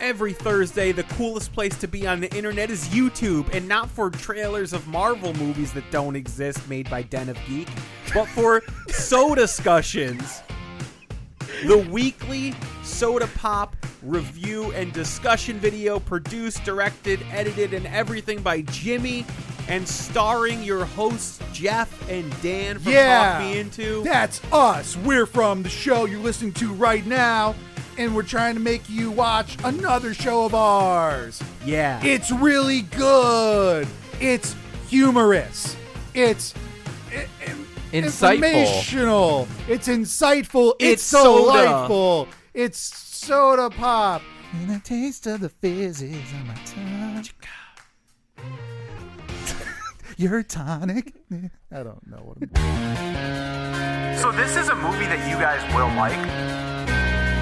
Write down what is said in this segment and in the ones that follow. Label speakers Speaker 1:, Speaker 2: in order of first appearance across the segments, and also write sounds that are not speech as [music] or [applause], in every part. Speaker 1: Every Thursday, the coolest place to be on the internet is YouTube, and not for trailers of Marvel movies that don't exist made by Den of Geek, but for soda discussions. The weekly soda pop review and discussion video produced, directed, edited, and everything by Jimmy and starring your hosts Jeff and Dan from
Speaker 2: Yeah.
Speaker 1: Talk Me Into.
Speaker 2: That's us. We're from the show you're listening to right now, and we're trying to make you watch another show of ours.
Speaker 1: Yeah.
Speaker 2: It's really good. It's humorous. It's i- i-
Speaker 3: Insightful.
Speaker 2: Informational. It's insightful. It's,
Speaker 1: It's soda.
Speaker 2: delightful. It's soda pop. And the taste of the fizz is on my tongue. [laughs] Your tonic. [laughs] I don't know what I'm
Speaker 4: So this is a movie that you guys will like.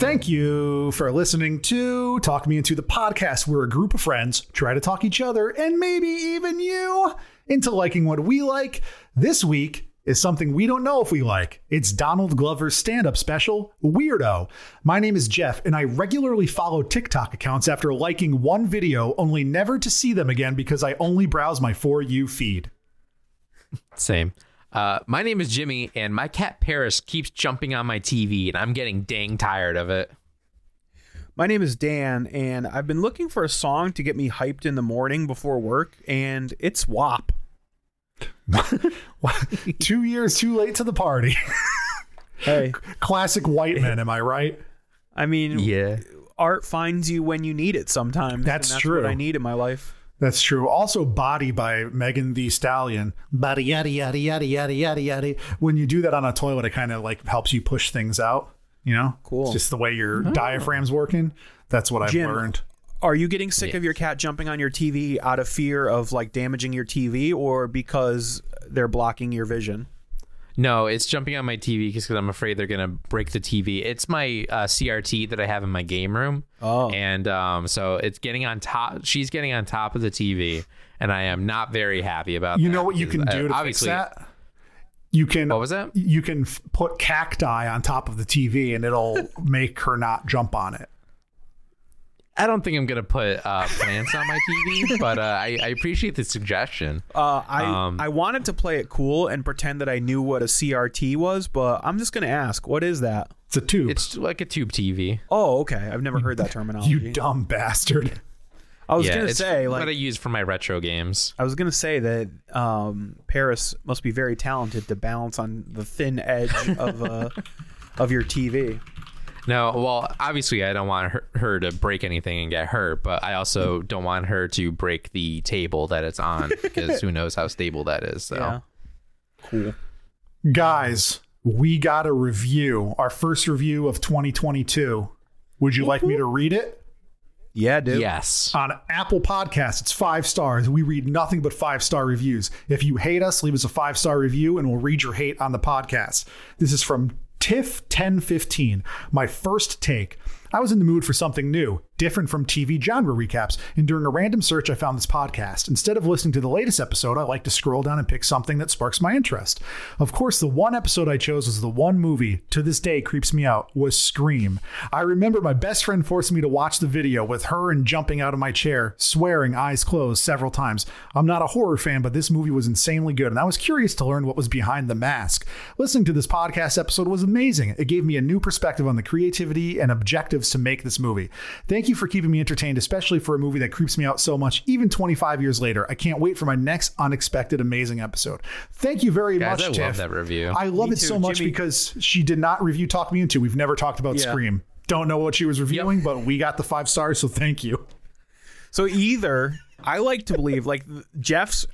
Speaker 5: Thank you for listening to Talk Me Into the Podcast. We're a group of friends try to talk each other and maybe even you into liking what we like. This week is something we don't know if we like. It's Donald Glover's stand up special, Weirdo. My name is Jeff, and I regularly follow TikTok accounts after liking one video, only never to see them again because I only browse my For You feed. [laughs]
Speaker 3: Same. Uh, my name is Jimmy, and my cat Paris keeps jumping on my TV, and I'm getting dang tired of it.
Speaker 1: My name is Dan, and I've been looking for a song to get me hyped in the morning before work, and it's WAP.
Speaker 5: Two years too late to the party. [laughs]
Speaker 1: Hey,
Speaker 5: Classic white men, am I right?
Speaker 1: I mean, art finds you when you need it sometimes.
Speaker 5: That's
Speaker 1: and that's
Speaker 5: true.
Speaker 1: What I need in my life.
Speaker 5: That's true. Also, Body by Megan the Stallion. Body, yada, yada, yada, yada, yada, yada. When you do that on a toilet, it kind of like helps you push things out, you know?
Speaker 1: Cool.
Speaker 5: It's just the way your
Speaker 3: Oh.
Speaker 5: diaphragm's working. That's what I've
Speaker 1: Jim.
Speaker 5: learned.
Speaker 1: Are you getting sick of your cat jumping on your TV out of fear of like damaging your TV, or because they're blocking your vision?
Speaker 3: No, it's jumping on my TV because I'm afraid they're gonna break the TV. It's my uh, CRT that I have in my game room.
Speaker 1: Oh.
Speaker 3: and um, so it's getting on top. She's getting on top of the TV, and I am not very happy about.
Speaker 5: You
Speaker 3: that
Speaker 5: know what you can
Speaker 3: because, uh,
Speaker 5: do to fix
Speaker 3: obviously,
Speaker 5: that? You can.
Speaker 3: What was that?
Speaker 5: You can f- put cacti on top of the TV and it'll [laughs] make her not jump on it.
Speaker 3: I don't think I'm gonna put uh, plants on my
Speaker 5: [laughs]
Speaker 3: TV, but uh, I, I appreciate the suggestion.
Speaker 1: Uh, I
Speaker 3: Um,
Speaker 1: I wanted to play it cool and pretend that I knew what a CRT was, but I'm just gonna ask, what is that?
Speaker 5: It's a tube.
Speaker 3: It's like a tube TV.
Speaker 1: Oh, okay. I've never heard
Speaker 3: [laughs]
Speaker 1: that terminology.
Speaker 5: you dumb bastard.
Speaker 1: I was
Speaker 3: yeah,
Speaker 1: gonna
Speaker 3: it's
Speaker 1: say
Speaker 3: what
Speaker 1: like
Speaker 3: I use for my retro games.
Speaker 1: I was gonna say that um, Paris must be very talented to balance on the thin edge of uh, of your TV.
Speaker 3: No, well, obviously, I don't want her, her to break anything and get hurt, but I also don't want her to break the table that it's on because who knows how stable that is. So,
Speaker 1: Yeah. Cool.
Speaker 5: Guys, we got a review, our first review of 2022. Would you like me to read it?
Speaker 1: Yeah, dude.
Speaker 3: yes,
Speaker 5: On Apple Podcasts, it's five stars. We read nothing but five star reviews. If you hate us, leave us a five star review and we'll read your hate on the podcast. This is from Tiff1015, my first take. I was in the mood for something new, different from TV genre recaps, and during a random search, I found this podcast. Instead of listening to the latest episode, I like to scroll down and pick something that sparks my interest. Of course, the one episode I chose was the one movie to this day creeps me out was Scream. I remember my best friend forced me to watch the video with her and jumping out of my chair, swearing, eyes closed, several times. I'm not a horror fan, but this movie was insanely good, and I was curious to learn what was behind the mask. Listening to this podcast episode was amazing. It gave me a new perspective on the creativity and objectives to make this movie. Thank you for keeping me entertained, especially for a movie that creeps me out so much, even 25 years later. I can't wait for my next unexpected, amazing episode. Thank you very
Speaker 3: guys,
Speaker 5: much,
Speaker 3: I love
Speaker 5: Tiff.
Speaker 3: that review.
Speaker 5: I love
Speaker 1: Me
Speaker 5: it
Speaker 1: too,
Speaker 5: so much
Speaker 1: Jimmy.
Speaker 5: because she did not review Talk Me Into. We've never talked about
Speaker 1: Yeah.
Speaker 5: Scream. Don't know what she was reviewing, but we got the five stars, so thank you.
Speaker 1: So either I like to believe like Jeff's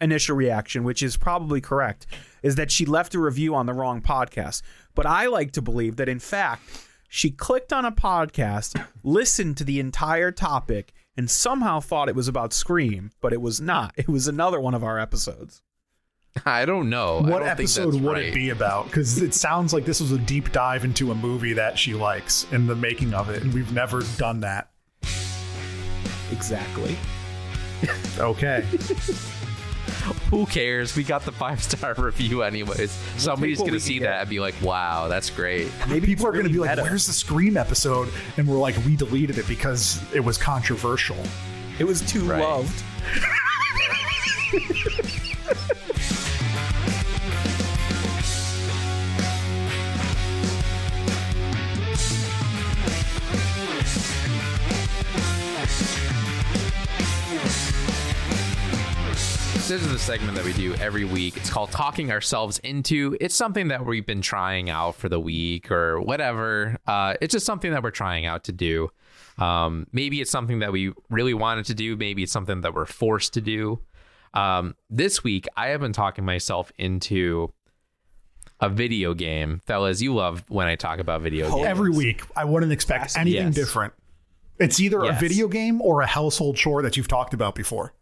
Speaker 1: initial reaction, which is probably correct, is that she left a review on the wrong podcast. But I like to believe that in fact She clicked on a podcast, listened to the entire topic, and somehow thought it was about Scream, but it was not. It was another one of our episodes.
Speaker 3: [laughs] I don't know. I
Speaker 5: What
Speaker 3: don't think
Speaker 5: episode
Speaker 3: that's
Speaker 5: would
Speaker 3: right.
Speaker 5: it be about? Because it sounds like this was a deep dive into a movie that she likes and the making of it, and we've never done that.
Speaker 1: Exactly.
Speaker 3: [laughs]
Speaker 5: Okay.
Speaker 3: Who cares? We got the five star [laughs] review anyways. Somebody's
Speaker 1: what
Speaker 3: gonna
Speaker 1: we can
Speaker 3: see
Speaker 1: get.
Speaker 3: that and be like, "Wow, that's great."
Speaker 5: Maybe people are going to be like,
Speaker 1: meta.
Speaker 5: "Where's the Scream episode?" And we're like, "We deleted it because it was controversial."
Speaker 1: It was too
Speaker 3: Right.
Speaker 1: loved.
Speaker 3: This is the segment that we do every week. It's called Talking Ourselves Into. It's something that we've been trying out for the week or whatever. Uh, it's just something that we're trying out to do. Um, maybe it's something that we really wanted to do. Maybe it's something that we're forced to do. Um, this week, I have been talking myself into a video game. Fellas, you love when I talk about video games.
Speaker 5: Every week, I wouldn't expect anything
Speaker 3: Yes.
Speaker 5: different. It's either a
Speaker 3: Yes.
Speaker 5: video game or a household chore that you've talked about before.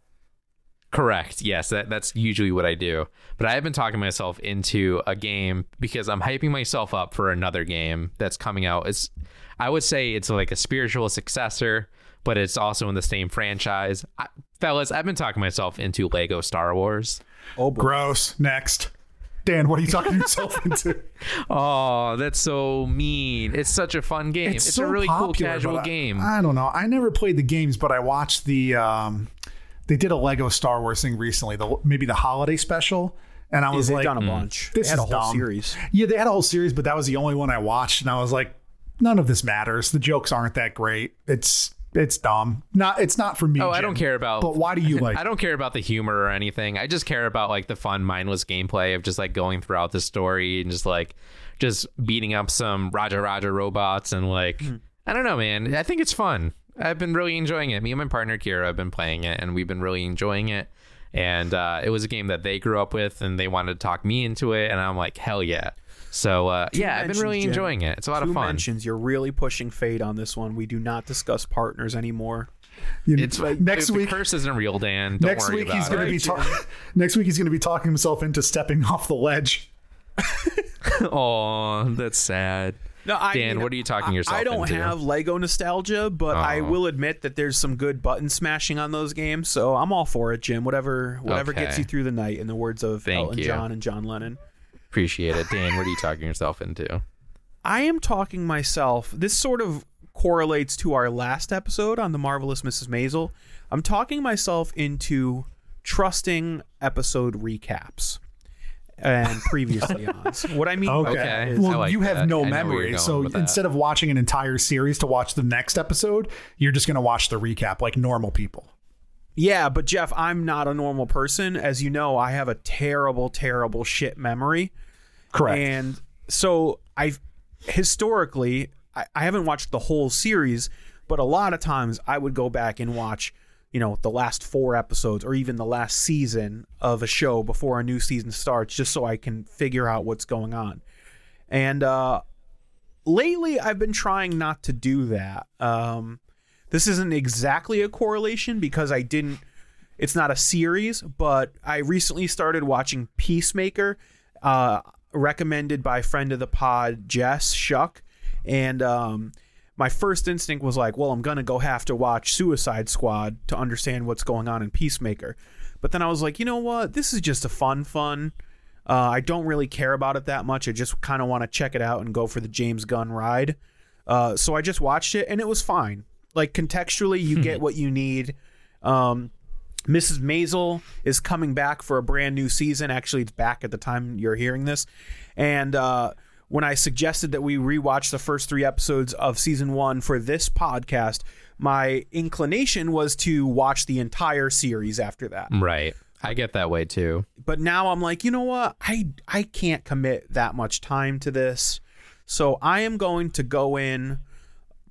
Speaker 3: Correct. Yes, that, that's usually what I do. But I have been talking myself into a game because I'm hyping myself up for another game that's coming out. It's, I would say it's like a spiritual successor, but it's also in the same franchise. I, fellas, I've been talking myself into Lego Star Wars.
Speaker 1: Oh, boy.
Speaker 5: Gross. Next, Dan, what are you talking
Speaker 3: [laughs]
Speaker 5: yourself into?
Speaker 3: Oh, that's so mean. It's such a fun game. It's,
Speaker 5: so
Speaker 3: a really cool
Speaker 5: popular,
Speaker 3: casual
Speaker 5: but I-
Speaker 3: game.
Speaker 5: I don't know. I never played the games, but I watched the. Um, they did a Lego Star Wars thing recently, the maybe the holiday special, and I was
Speaker 1: They've
Speaker 5: like,
Speaker 3: Mm.
Speaker 5: "Hmm,
Speaker 1: done a bunch.
Speaker 5: this
Speaker 1: they had
Speaker 5: is
Speaker 1: a whole
Speaker 5: dumb.
Speaker 1: series.
Speaker 5: Yeah, they had a whole series, but that was the only one I watched, and I was like, none of this matters. The jokes aren't that great. It's it's dumb. Not it's not for me.
Speaker 3: Oh, I
Speaker 5: Jim.
Speaker 3: don't care about.
Speaker 5: But why do you like?
Speaker 3: [laughs] I don't care about the humor or anything. I just care about like the fun, mindless gameplay of just like going throughout the story and just like just beating up some Roger Roger robots and like
Speaker 5: Hmm.
Speaker 3: I don't know, man. I think it's fun. I've been really enjoying it. Me and my partner Kira have been playing it, and we've been really enjoying it. And uh, it was a game that they grew up with, and they wanted to talk me into it, and I'm like, hell yeah. So uh, yeah, I've been
Speaker 1: mentions,
Speaker 3: really
Speaker 1: Jim.
Speaker 3: enjoying it. It's a lot
Speaker 1: Two
Speaker 3: of fun.
Speaker 1: mentions. You're really pushing fade on this one. We do not discuss partners anymore.
Speaker 5: You-
Speaker 3: It's
Speaker 5: next
Speaker 3: the
Speaker 5: week.
Speaker 3: curse isn't real, Dan. Don't
Speaker 5: Next
Speaker 3: worry
Speaker 5: week
Speaker 3: about
Speaker 5: he's
Speaker 3: it.
Speaker 5: going to be ta- [laughs] next week he's going to be talking himself into stepping [laughs] off the ledge.
Speaker 3: Oh, that's sad.
Speaker 1: No, I
Speaker 3: Dan,
Speaker 1: mean,
Speaker 3: what are you talking
Speaker 1: I-
Speaker 3: yourself
Speaker 1: I don't
Speaker 3: into? Oh.
Speaker 1: have Lego nostalgia, but I will admit that there's some good button smashing on those games. So I'm all for it, Jim. Whatever, whatever gets
Speaker 3: Okay.
Speaker 1: you through the night. In the words of
Speaker 3: Thank
Speaker 1: Elton
Speaker 3: you.
Speaker 1: John and John Lennon.
Speaker 3: Appreciate it, Dan. What are you talking yourself into?
Speaker 1: I am talking myself. This sort of correlates to our last episode on the marvelous Mrs. Maisel. I'm talking myself into trusting episode recaps and previously ons. What I mean by
Speaker 5: Okay.
Speaker 1: that
Speaker 3: Okay.
Speaker 1: is
Speaker 3: I
Speaker 5: Well,
Speaker 3: like
Speaker 5: you have
Speaker 3: that.
Speaker 5: no
Speaker 3: I know where
Speaker 5: memory,
Speaker 3: you're going
Speaker 5: so
Speaker 3: with that.
Speaker 5: instead of watching an entire series to watch the next episode, you're just going to watch the recap like normal people.
Speaker 1: Yeah, but Jeff, I'm not a normal person. As you know, I have a terrible, terrible shit memory.
Speaker 5: Correct.
Speaker 1: And so I've historically, I, I haven't watched the whole series, but a lot of times I would go back and watch, you know, the last four episodes or even the last season of a show before a new season starts, just so I can figure out what's going on. And uh, lately, I've been trying not to do that. Um, this isn't exactly a correlation because I didn't. It's not a series, but I recently started watching Peacemaker, uh, recommended by friend of the pod Jess Shuck, and um, my first instinct was like, well, I'm gonna go have to watch Suicide Squad to understand what's going on in Peacemaker, but then I was like, you know what, this is just a fun fun. Uh, I don't really care about it that much. I just kind of want to check it out and go for the James Gunn ride. Uh, so I just watched it and it was fine. Like contextually, you get what you need. Um, Mrs. Maisel is coming back for a brand new season. Actually, it's back at the time you're hearing this. And uh, when I suggested that we rewatch the first three episodes of season one for this podcast, my inclination was to watch the entire series after that
Speaker 3: Right. I get that way too.
Speaker 1: but now I'm like, you know what? I I can't commit that much time to this. So I am going to go in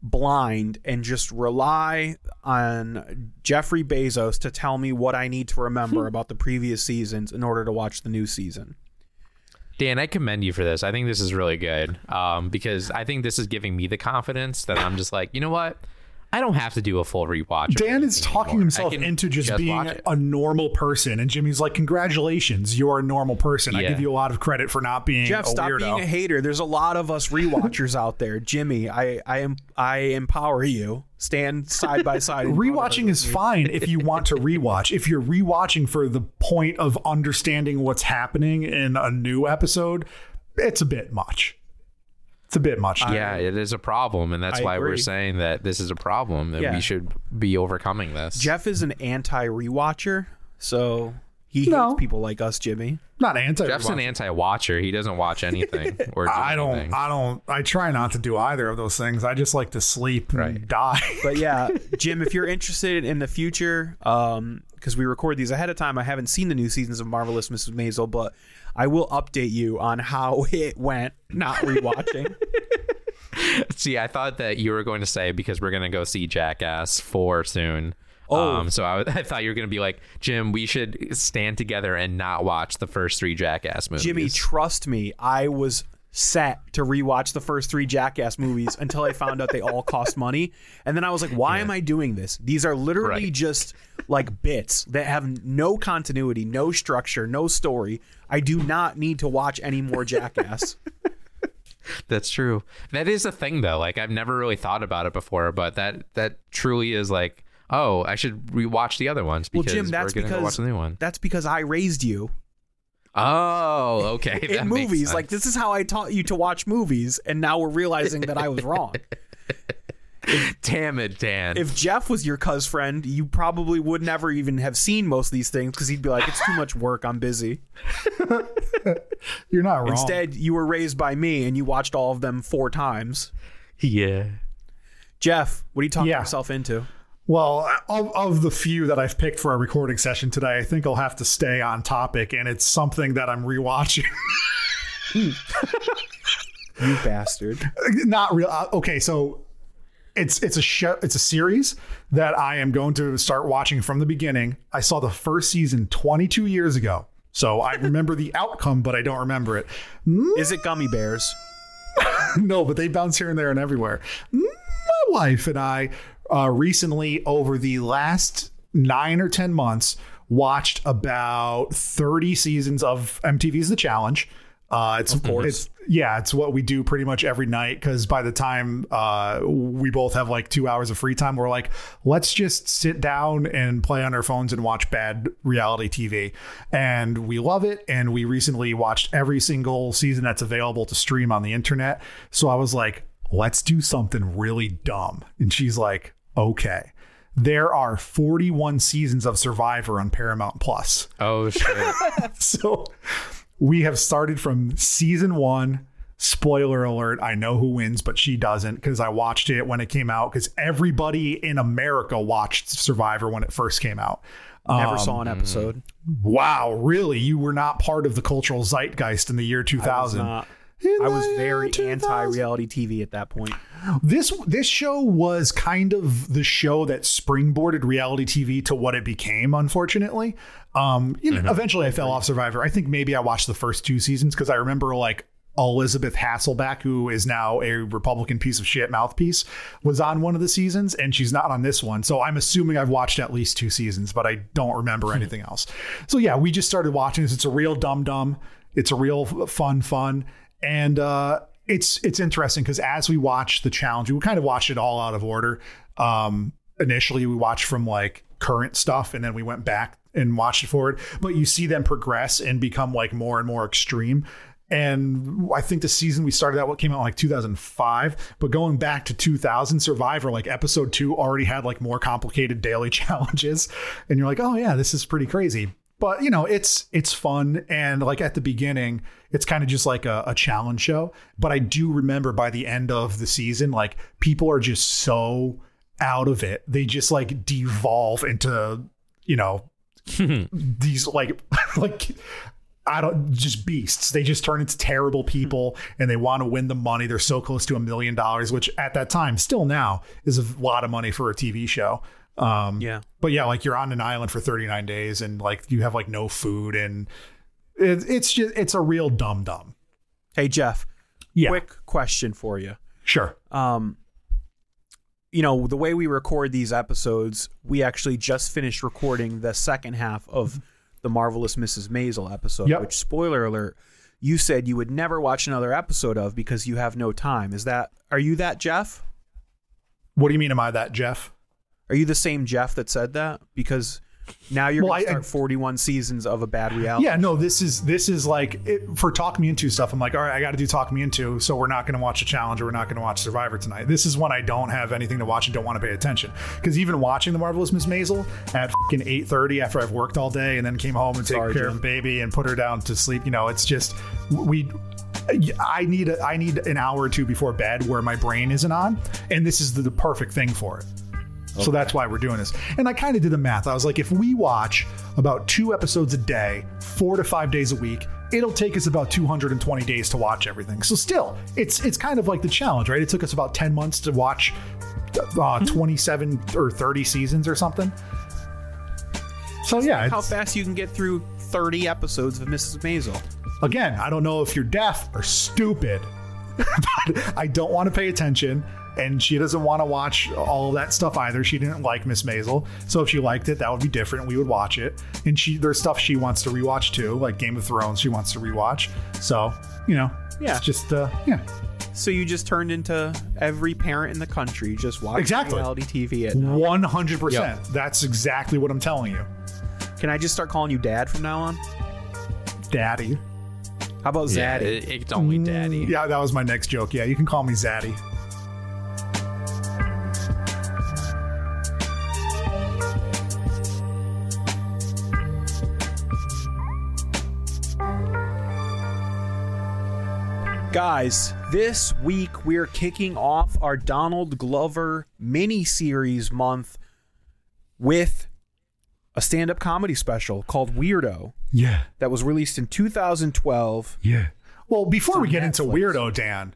Speaker 1: blind and just rely on Jeffrey Bezos to
Speaker 5: [laughs]
Speaker 1: tell me what I need to remember about the previous seasons in order to watch the new season.
Speaker 3: Dan, I commend you for this. I think this is really good um, because I think this is giving me the confidence that I'm just like, you know what? I don't have to do a full rewatch. of
Speaker 5: Dan is
Speaker 3: anything
Speaker 5: talking
Speaker 3: anymore.
Speaker 5: himself
Speaker 3: I can
Speaker 5: into just,
Speaker 3: watch
Speaker 5: being
Speaker 3: it.
Speaker 5: a normal person, and Jimmy's like, "Congratulations, you are a normal person." I
Speaker 3: Yeah.
Speaker 5: give you a lot of credit for not being
Speaker 1: Jeff,
Speaker 5: a
Speaker 1: stop
Speaker 5: Oh, weirdo.
Speaker 1: being a hater. There's a lot of us rewatchers out there. Jimmy, I I am I empower you. Stand side by
Speaker 5: [laughs]
Speaker 1: side. in front of us.
Speaker 5: Rewatching is fine if you want to rewatch. If you're rewatching for the point of understanding what's happening in a new episode, it's a bit much. It's a bit much.
Speaker 3: yeah, it is a problem, and that's
Speaker 1: I
Speaker 3: why we're
Speaker 1: agree.
Speaker 3: saying that this is a problem and
Speaker 1: Yeah.
Speaker 3: we should be overcoming this.
Speaker 1: Jeff is an anti rewatcher, so he
Speaker 5: No.
Speaker 1: hates people like us, Jimmy.
Speaker 5: Not anti.
Speaker 3: Jeff's an anti-watcher. He doesn't
Speaker 1: [laughs]
Speaker 3: watch anything or do
Speaker 5: I
Speaker 3: anything.
Speaker 5: don't. I don't. I try not to do either of those things. I just like to sleep and
Speaker 3: Right.
Speaker 5: die. [laughs]
Speaker 1: But yeah, Jim, if you're interested in the future, because we record these ahead of time, I haven't seen the new seasons of Marvelous Mrs. Maisel, but I will update you on how [laughs] it went. Not rewatching.
Speaker 3: See, I thought that you were going to say because we're going to go see Jackass 4 soon.
Speaker 1: Oh.
Speaker 3: Um, so [laughs] I, I thought you were going to be like, Jim, we should stand together and not watch the first three Jackass movies.
Speaker 1: Jimmy, trust me, I was set to rewatch the first three Jackass movies until I found out they all cost money. And then I was like, why am I doing this? These are literally
Speaker 3: Right.
Speaker 1: just like bits that have no continuity, no structure, no story. I do not need to watch any more Jackass.
Speaker 3: That's true. That is a thing, though. Like, I've never really thought about it before, but that that truly is like, oh, I should rewatch the other ones
Speaker 1: well,
Speaker 3: because
Speaker 1: Jim, that's
Speaker 3: we're going to go watch
Speaker 1: because
Speaker 3: the new one.
Speaker 1: that's because I raised you
Speaker 3: Oh, okay. [laughs]
Speaker 1: [laughs]
Speaker 3: that
Speaker 1: in
Speaker 3: makes
Speaker 1: movies.
Speaker 3: sense.
Speaker 1: Like this is how I taught you to watch movies, and now we're realizing that I was wrong.
Speaker 3: damn it, Dan.
Speaker 1: if Jeff was your cuz friend, you probably would never even have seen most of these things because he'd be like, "It's too much work. I'm busy."
Speaker 5: You're not wrong.
Speaker 1: Instead, you were raised by me and you watched all of them four times.
Speaker 3: yeah.
Speaker 1: Jeff, what are you talking
Speaker 5: Yeah.
Speaker 1: yourself into?
Speaker 5: Well, of, of the few that I've picked for our recording session today, I think I'll have to stay on topic, and it's something that I'm rewatching. [laughs]
Speaker 1: You bastard.
Speaker 5: Not real. uh, okay, so it's it's a show, it's a series that I am going to start watching from the beginning. I saw the first season 22 years ago, so I remember the outcome, but I don't remember it.
Speaker 1: Is it gummy bears?
Speaker 5: no, but they bounce here and there and everywhere. Mm, My wife and I uh, recently, over the last nine or 10 months, watched about 30 seasons of MTV's The Challenge. Uh, it's, of course. it's yeah, it's what we do pretty much every night because by the time uh, we both have like two hours of free time, we're like, let's just sit down and play on our phones and watch bad reality TV. And we love it. And we recently watched every single season that's available to stream on the internet. So I was like, let's do something really dumb. And she's like, okay. There are 41 seasons of Survivor on Paramount Plus [laughs]
Speaker 3: Oh, shit.
Speaker 1: [laughs]
Speaker 5: so we have started from season one. Spoiler alert, I know who wins, but she doesn't because I watched it when it came out because everybody in America watched Survivor when it first came out.
Speaker 1: Never saw an episode.
Speaker 5: Wow, really? You were not part of the cultural zeitgeist in the year 2000.
Speaker 1: Nah,
Speaker 5: In
Speaker 1: I was
Speaker 5: the year
Speaker 1: very
Speaker 5: 2000.
Speaker 1: anti reality TV at that point.
Speaker 5: This this show was kind of the show that springboarded reality TV to what it became. Unfortunately, um, you know, eventually I fell off Survivor. I think maybe I watched the first two seasons because I remember like Elizabeth Hasselback, who is now a Republican piece of shit mouthpiece, was on one of the seasons, and she's not on this one. So I'm assuming I've watched at least two seasons, but I don't remember anything else. So yeah, we just started watching this. It's a real dum dum. It's a real f- fun fun, and uh, it's it's interesting because as we watch the challenge, we kind of watched it all out of order. Um, initially, we watched from like current stuff, and then we went back and watched it forward. But you see them progress and become like more and more extreme. And I think the season we started out what came out in, like 2005, but going back to 2000, Survivor like episode two already had like more complicated daily [laughs] challenges, and you're like, oh yeah, this is pretty crazy but you know it's it's fun and like at the beginning it's kind of just like a, a challenge show but i do remember by the end of the season like people are just so out of it they just like devolve into you know these like [laughs] like I don't just beasts. They just turn into terrible people and they want to win the money. They're so close to a million dollars, which at that time, still now, is a lot of money for a TV show. Um,
Speaker 1: Yeah.
Speaker 5: But yeah, like you're on an island for 39 days and like you have like no food and It's, it's just it's a real dumb dumb.
Speaker 1: Hey Jeff,
Speaker 5: Yeah,
Speaker 1: quick question for you.
Speaker 5: sure.
Speaker 1: Um, you know the way we record these episodes, we actually just finished recording the second half of the marvelous Mrs. Maisel episode.
Speaker 5: Yep.
Speaker 1: Which spoiler alert, you said you would never watch another episode of because you have no time. Is that are you that Jeff?
Speaker 5: What do you mean? Am I that Jeff?
Speaker 1: Are you the same Jeff that said that? Because now you're
Speaker 5: Well,
Speaker 1: going to
Speaker 5: I-
Speaker 1: start 41 seasons of a bad reality.
Speaker 5: Yeah, no. This is this is like it, for talk me into stuff. I'm like, all right, I got to do talk me into. So we're not going to watch a challenge, or we're not going to watch Survivor tonight. This is when I don't have anything to watch and don't want to pay attention. Because even watching the marvelous Miss Maisel at fucking 8:30 after I've worked all day and then came home and take
Speaker 1: Sorry,
Speaker 5: care
Speaker 1: Jim.
Speaker 5: of the baby and put her down to sleep, you know, it's just we. I need a, I need an hour or two before bed where my brain isn't on, and this is the, the perfect thing for it. So that's why we're doing this. And I kind of did the math. I was like, if we watch about two episodes a day, four to five days a week, it'll take us about 220 days to watch everything. So still, it's it's kind of like the challenge, right? It took us about 10 months to watch uh, 27 or 30 seasons or something. So yeah,
Speaker 1: How
Speaker 5: it's-
Speaker 1: fast you can get through 30 episodes of Mrs. Maisel?
Speaker 5: again, I don't know if you're deaf or stupid, [laughs] but I don't want to pay attention. And she doesn't want to watch all of that stuff either. She didn't like Miss Maisel. So if she liked it, that would be different. We would watch it. And she there's stuff she wants to rewatch too, like Game of Thrones, she wants to rewatch. So, you know,
Speaker 1: Yeah.
Speaker 5: it's just uh yeah.
Speaker 1: So you just turned into every parent in the country just watching
Speaker 5: Exactly.
Speaker 1: reality TV. At,
Speaker 5: One hundred percent. That's exactly what I'm telling you.
Speaker 1: can I just start calling you dad from now on?
Speaker 5: Daddy.
Speaker 1: How about
Speaker 3: Yeah,
Speaker 1: Zaddy?
Speaker 3: it, it's only daddy.
Speaker 5: Yeah, that was my next joke. Yeah, you can call me Zaddy.
Speaker 1: Guys, this week we're kicking off our Donald Glover mini series month with a stand up comedy special called Weirdo
Speaker 5: Yeah.
Speaker 1: that was released in 2012.
Speaker 5: Yeah. Well, before
Speaker 1: It's
Speaker 5: we
Speaker 1: on
Speaker 5: get into
Speaker 1: Netflix.
Speaker 5: weirdo, Dan,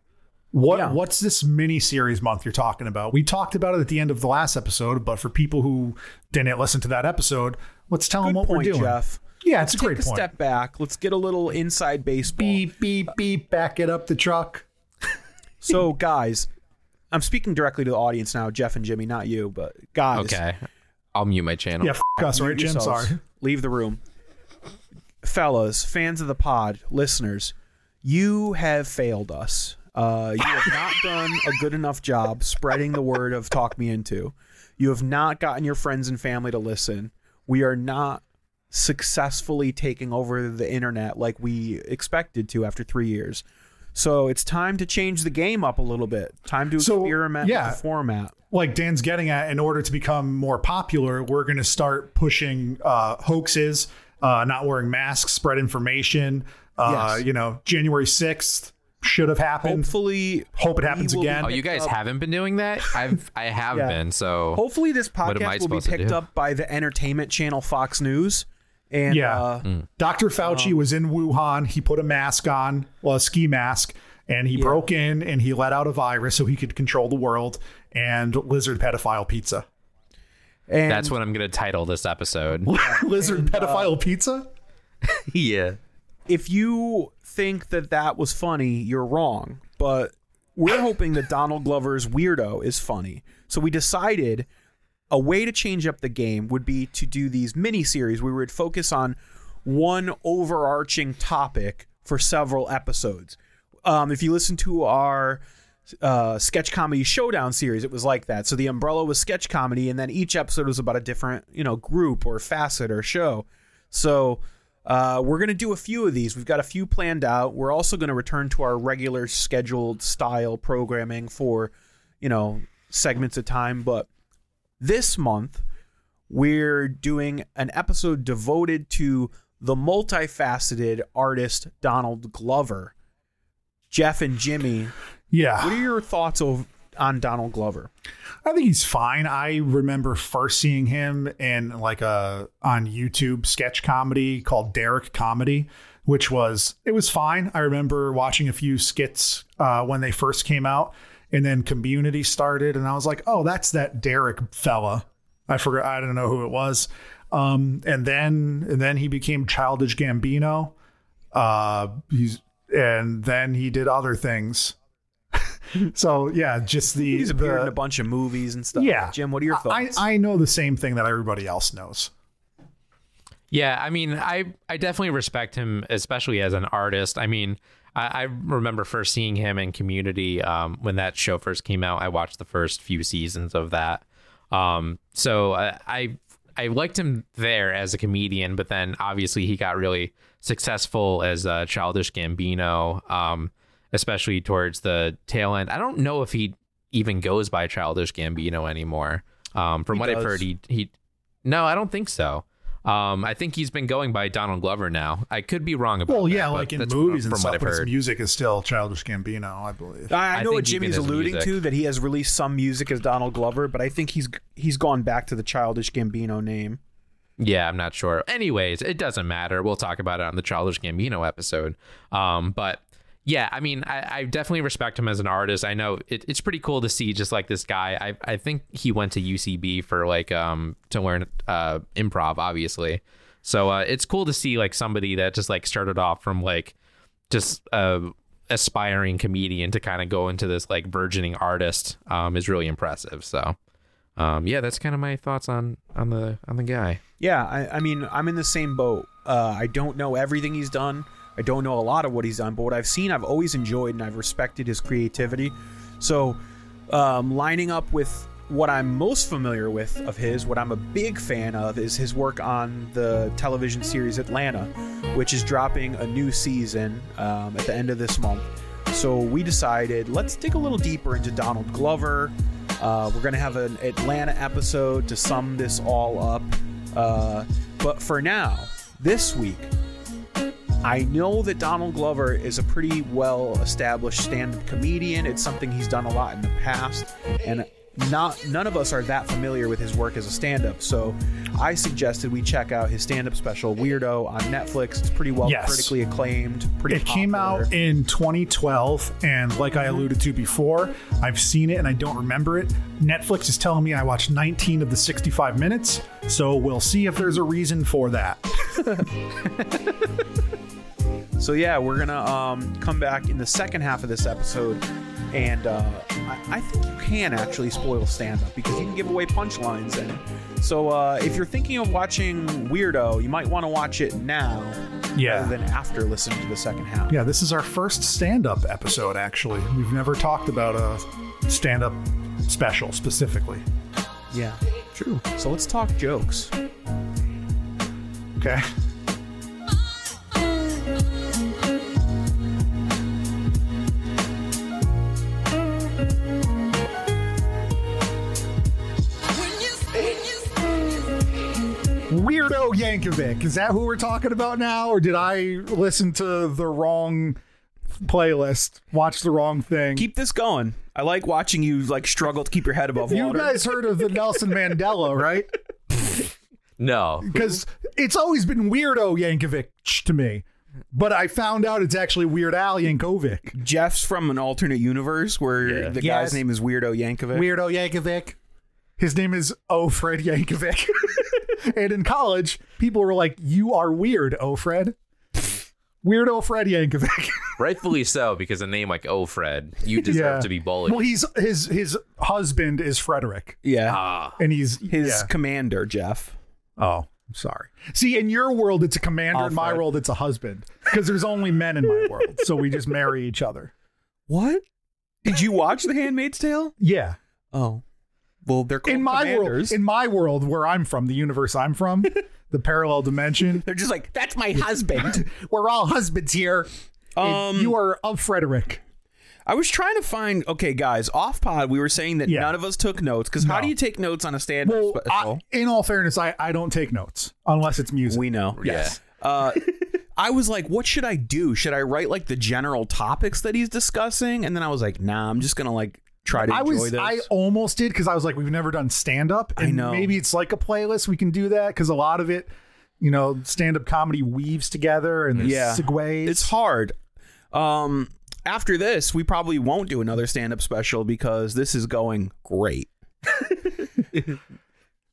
Speaker 5: what
Speaker 1: Yeah.
Speaker 5: what's this mini series month you're talking about? We talked about it at the end of the last episode, but for people who didn't listen to that episode, let's tell them
Speaker 1: Good
Speaker 5: what
Speaker 1: point,
Speaker 5: we're doing.
Speaker 1: Jeff.
Speaker 5: Yeah, it's a
Speaker 1: Take
Speaker 5: great
Speaker 1: a
Speaker 5: point.
Speaker 1: step back. Let's get a little inside baseball.
Speaker 5: Beep beep beep. Back it up the truck.
Speaker 1: So, guys, I'm speaking directly to the audience now, Jeff and Jimmy, not you, but guys.
Speaker 3: Okay. I'll mute my channel.
Speaker 5: Yeah, f- us, right, Jim?
Speaker 1: yourselves.
Speaker 5: Sorry.
Speaker 1: [laughs] Leave the room. Fellas, fans of the pod, listeners, you have failed us. Uh, you have
Speaker 5: [laughs]
Speaker 1: not done a good enough job spreading the word of Talk Me Into. You have not gotten your friends and family to listen. We are not successfully taking over the internet like we expected to after three years. So it's time to change the game up a little bit. Time to
Speaker 5: So,
Speaker 1: experiment
Speaker 5: yeah.
Speaker 1: with the format.
Speaker 5: Like Dan's getting at, in order to become more popular, we're going to start pushing uh, hoaxes, uh, not wearing masks, spread information. Uh,
Speaker 1: Yes.
Speaker 5: You know, January sixth should have happened.
Speaker 1: Hopefully,
Speaker 5: Hope it
Speaker 1: we
Speaker 5: happens
Speaker 1: will be
Speaker 5: again.
Speaker 3: Oh, you guys
Speaker 1: up-
Speaker 3: haven't been doing that? I've I have
Speaker 1: Yeah.
Speaker 3: been. So
Speaker 1: Hopefully, this
Speaker 3: What am I
Speaker 1: podcast will be
Speaker 3: supposed to
Speaker 1: picked
Speaker 3: do?
Speaker 1: up by the entertainment channel Fox News. And
Speaker 5: Yeah.
Speaker 1: uh,
Speaker 3: Mm.
Speaker 5: Dr. Fauci was in Wuhan. He put a mask on, well, a ski mask, and he broke in and he let out a virus so he could control the world and lizard pedophile pizza.
Speaker 1: and
Speaker 3: that's what I'm gonna title this episode.
Speaker 5: lizard pedophile pizza?
Speaker 3: yeah.
Speaker 1: if you think that that was funny, you're wrong. But we're hoping that Donald Glover's weirdo is funny. So we decided a way to change up the game would be to do these mini series where we would focus on one overarching topic for several episodes. Um, if you listen to our uh, sketch comedy showdown series, it was like that. So the umbrella was sketch comedy, and then each episode was about a different, you know, group or facet or show. So uh, we're going to do a few of these. We've got a few planned out. We're also going to return to our regular scheduled style programming for, you know, segments of time. But this month, we're doing an episode devoted to the multifaceted artist Donald Glover. Jeff and Jimmy,
Speaker 5: Yeah.
Speaker 1: what are your thoughts of, on Donald Glover?
Speaker 5: I think he's fine. I remember first seeing him in like a on YouTube sketch comedy called Derek Comedy, which was it was fine. I remember watching a few skits uh, when they first came out, and then Community started, and I was like, oh, that's that Derek fella. I forgot. I don't know who it was. Um, and then and then he became Childish Gambino. Uh, he's and then he did other things. [laughs] so yeah, just the
Speaker 1: He's appeared in a
Speaker 5: the,
Speaker 1: bunch of movies and stuff.
Speaker 5: yeah.
Speaker 1: Jim, what are your
Speaker 5: I,
Speaker 1: thoughts?
Speaker 5: I know the same thing that everybody else knows.
Speaker 3: Yeah, I mean, I I definitely respect him, especially as an artist. I mean, I, I remember first seeing him in Community um, when that show first came out. I watched the first few seasons of that, um, so I, I I liked him there as a comedian, but then obviously he got really successful as uh, Childish Gambino, um, especially towards the tail end. I don't know if he even goes by Childish Gambino anymore. Um, from what I've
Speaker 1: does.
Speaker 3: heard, he he no, I don't think so. Um, I think he's been going by Donald Glover now. I could be wrong about
Speaker 5: Well,
Speaker 3: that,
Speaker 5: yeah,
Speaker 3: but
Speaker 5: like in
Speaker 3: that's
Speaker 5: movies and
Speaker 3: from, from
Speaker 5: stuff,
Speaker 3: what I've
Speaker 5: but his
Speaker 3: heard.
Speaker 5: music is still Childish Gambino, I believe.
Speaker 1: I,
Speaker 3: I
Speaker 1: know what
Speaker 3: think even
Speaker 1: Jimmy's
Speaker 3: his
Speaker 1: alluding
Speaker 3: music-
Speaker 1: to that he has released some music as Donald Glover, but I think he's he's gone back to the childish Gambino name.
Speaker 3: Yeah, I'm not sure. Anyways, it doesn't matter. We'll talk about it on the Childish Gambino episode. Um, but yeah, I mean, I, I definitely respect him as an artist. I know it, it's pretty cool to see just like this guy. I I think he went to UCB for like um to learn uh improv, obviously. So uh, it's cool to see like somebody that just like started off from like just a aspiring comedian to kind of go into this like burgeoning artist um is really impressive. So um yeah, that's kind of my thoughts on on the on the guy.
Speaker 1: Yeah, I, I mean, I'm in the same boat. Uh, I don't know everything he's done. I don't know a lot of what he's done, but what I've seen, I've always enjoyed, and I've respected his creativity. So, um, lining up with what I'm most familiar with of his, what I'm a big fan of, is his work on the television series Atlanta, which is dropping a new season um, at the end of this month. So we decided let's dig a little deeper into Donald Glover. Uh, we're gonna have an Atlanta episode to sum this all up. Uh, but for now, this week, I know that Donald Glover is a pretty well established stand up comedian. It's something he's done a lot in the past. And not none of us are that familiar with his work as a stand up. So I suggested we check out his stand up special, Weirdo, on Netflix. It's pretty well
Speaker 5: Yes.
Speaker 1: critically acclaimed. Pretty
Speaker 5: It came
Speaker 1: popular.
Speaker 5: out in 2012, and like I alluded to before, I've seen it and I don't remember it. Netflix is telling me I watched 19 of the 65 minutes, so we'll see if there's a reason for that.
Speaker 1: So yeah, we're gonna um, come back in the second half of this episode, and uh, I, I think you can actually spoil stand-up because you can give away punchlines. And so uh, if you're thinking of watching Weirdo, you might want to watch it now
Speaker 5: Yeah.
Speaker 1: rather than after listening to the second half.
Speaker 5: Yeah, this is our first stand up episode, actually. We've never talked about a stand up special specifically.
Speaker 1: yeah, true. So let's talk jokes.
Speaker 5: Okay. Weirdo Yankovic. Is that who we're talking about now? Or did I listen to the wrong playlist, watch the wrong thing?
Speaker 1: Keep this going. I like watching you like struggle to keep your head above
Speaker 5: you
Speaker 1: water.
Speaker 5: guys heard of the Nelson Mandela, right?
Speaker 3: No.
Speaker 5: because it's always been weirdo Yankovic to me. But I found out it's actually Weird Al Yankovic.
Speaker 1: Jeff's from an alternate universe where
Speaker 3: Yeah.
Speaker 1: the
Speaker 5: Yes.
Speaker 1: guy's name is Weirdo Yankovic.
Speaker 5: Weirdo Yankovic. His name is O Fred Yankovic. [laughs] and in college, people were like, "You are weird, O Fred." Weirdo Fred Yankovic.
Speaker 3: Rightfully so, because a name like Oh Fred,
Speaker 5: [laughs]
Speaker 3: you deserve to be bullied.
Speaker 5: Well, he's his his husband is Frederick,
Speaker 1: yeah,
Speaker 3: Ah,
Speaker 5: and he's
Speaker 1: his
Speaker 5: yeah.
Speaker 1: commander Jeff.
Speaker 5: Oh, I'm sorry. See, in your world, it's a commander. In my
Speaker 1: Alfred.
Speaker 5: world, it's a husband. Because there's only men in my world, so we just marry each other.
Speaker 1: What? Did you watch The Handmaid's Tale?
Speaker 5: Yeah.
Speaker 1: Oh. Well, they're called
Speaker 5: in my
Speaker 1: commanders.
Speaker 5: world, in my world, where I'm from, the universe
Speaker 1: [laughs]
Speaker 5: I'm from, the parallel dimension,
Speaker 1: they're just like, that's my husband.
Speaker 5: we're all husbands here. and
Speaker 1: um,
Speaker 5: you are of Frederick.
Speaker 1: [laughs] I was trying to find, okay, guys, off pod, we were saying that
Speaker 5: Yeah.
Speaker 1: none of us took notes because how
Speaker 5: No.
Speaker 1: do you take notes on a stand up
Speaker 5: Well, I,
Speaker 1: special?
Speaker 5: in all fairness, I, I don't take notes unless it's music.
Speaker 1: we know.
Speaker 3: yes.
Speaker 1: Uh, I was like, what should I do? Should I write like the general topics that he's discussing? And then I was like, nah, I'm just going to like try to
Speaker 5: I
Speaker 1: enjoy
Speaker 5: was
Speaker 1: this.
Speaker 5: I almost did because I was like, we've never done stand up.
Speaker 1: I know.
Speaker 5: Maybe it's like a playlist. We can do that because a lot of it, you know, stand up comedy weaves together and there's
Speaker 1: Yeah.
Speaker 5: segues.
Speaker 1: it's hard. Um, after this, we probably won't do another stand up special because this is going great.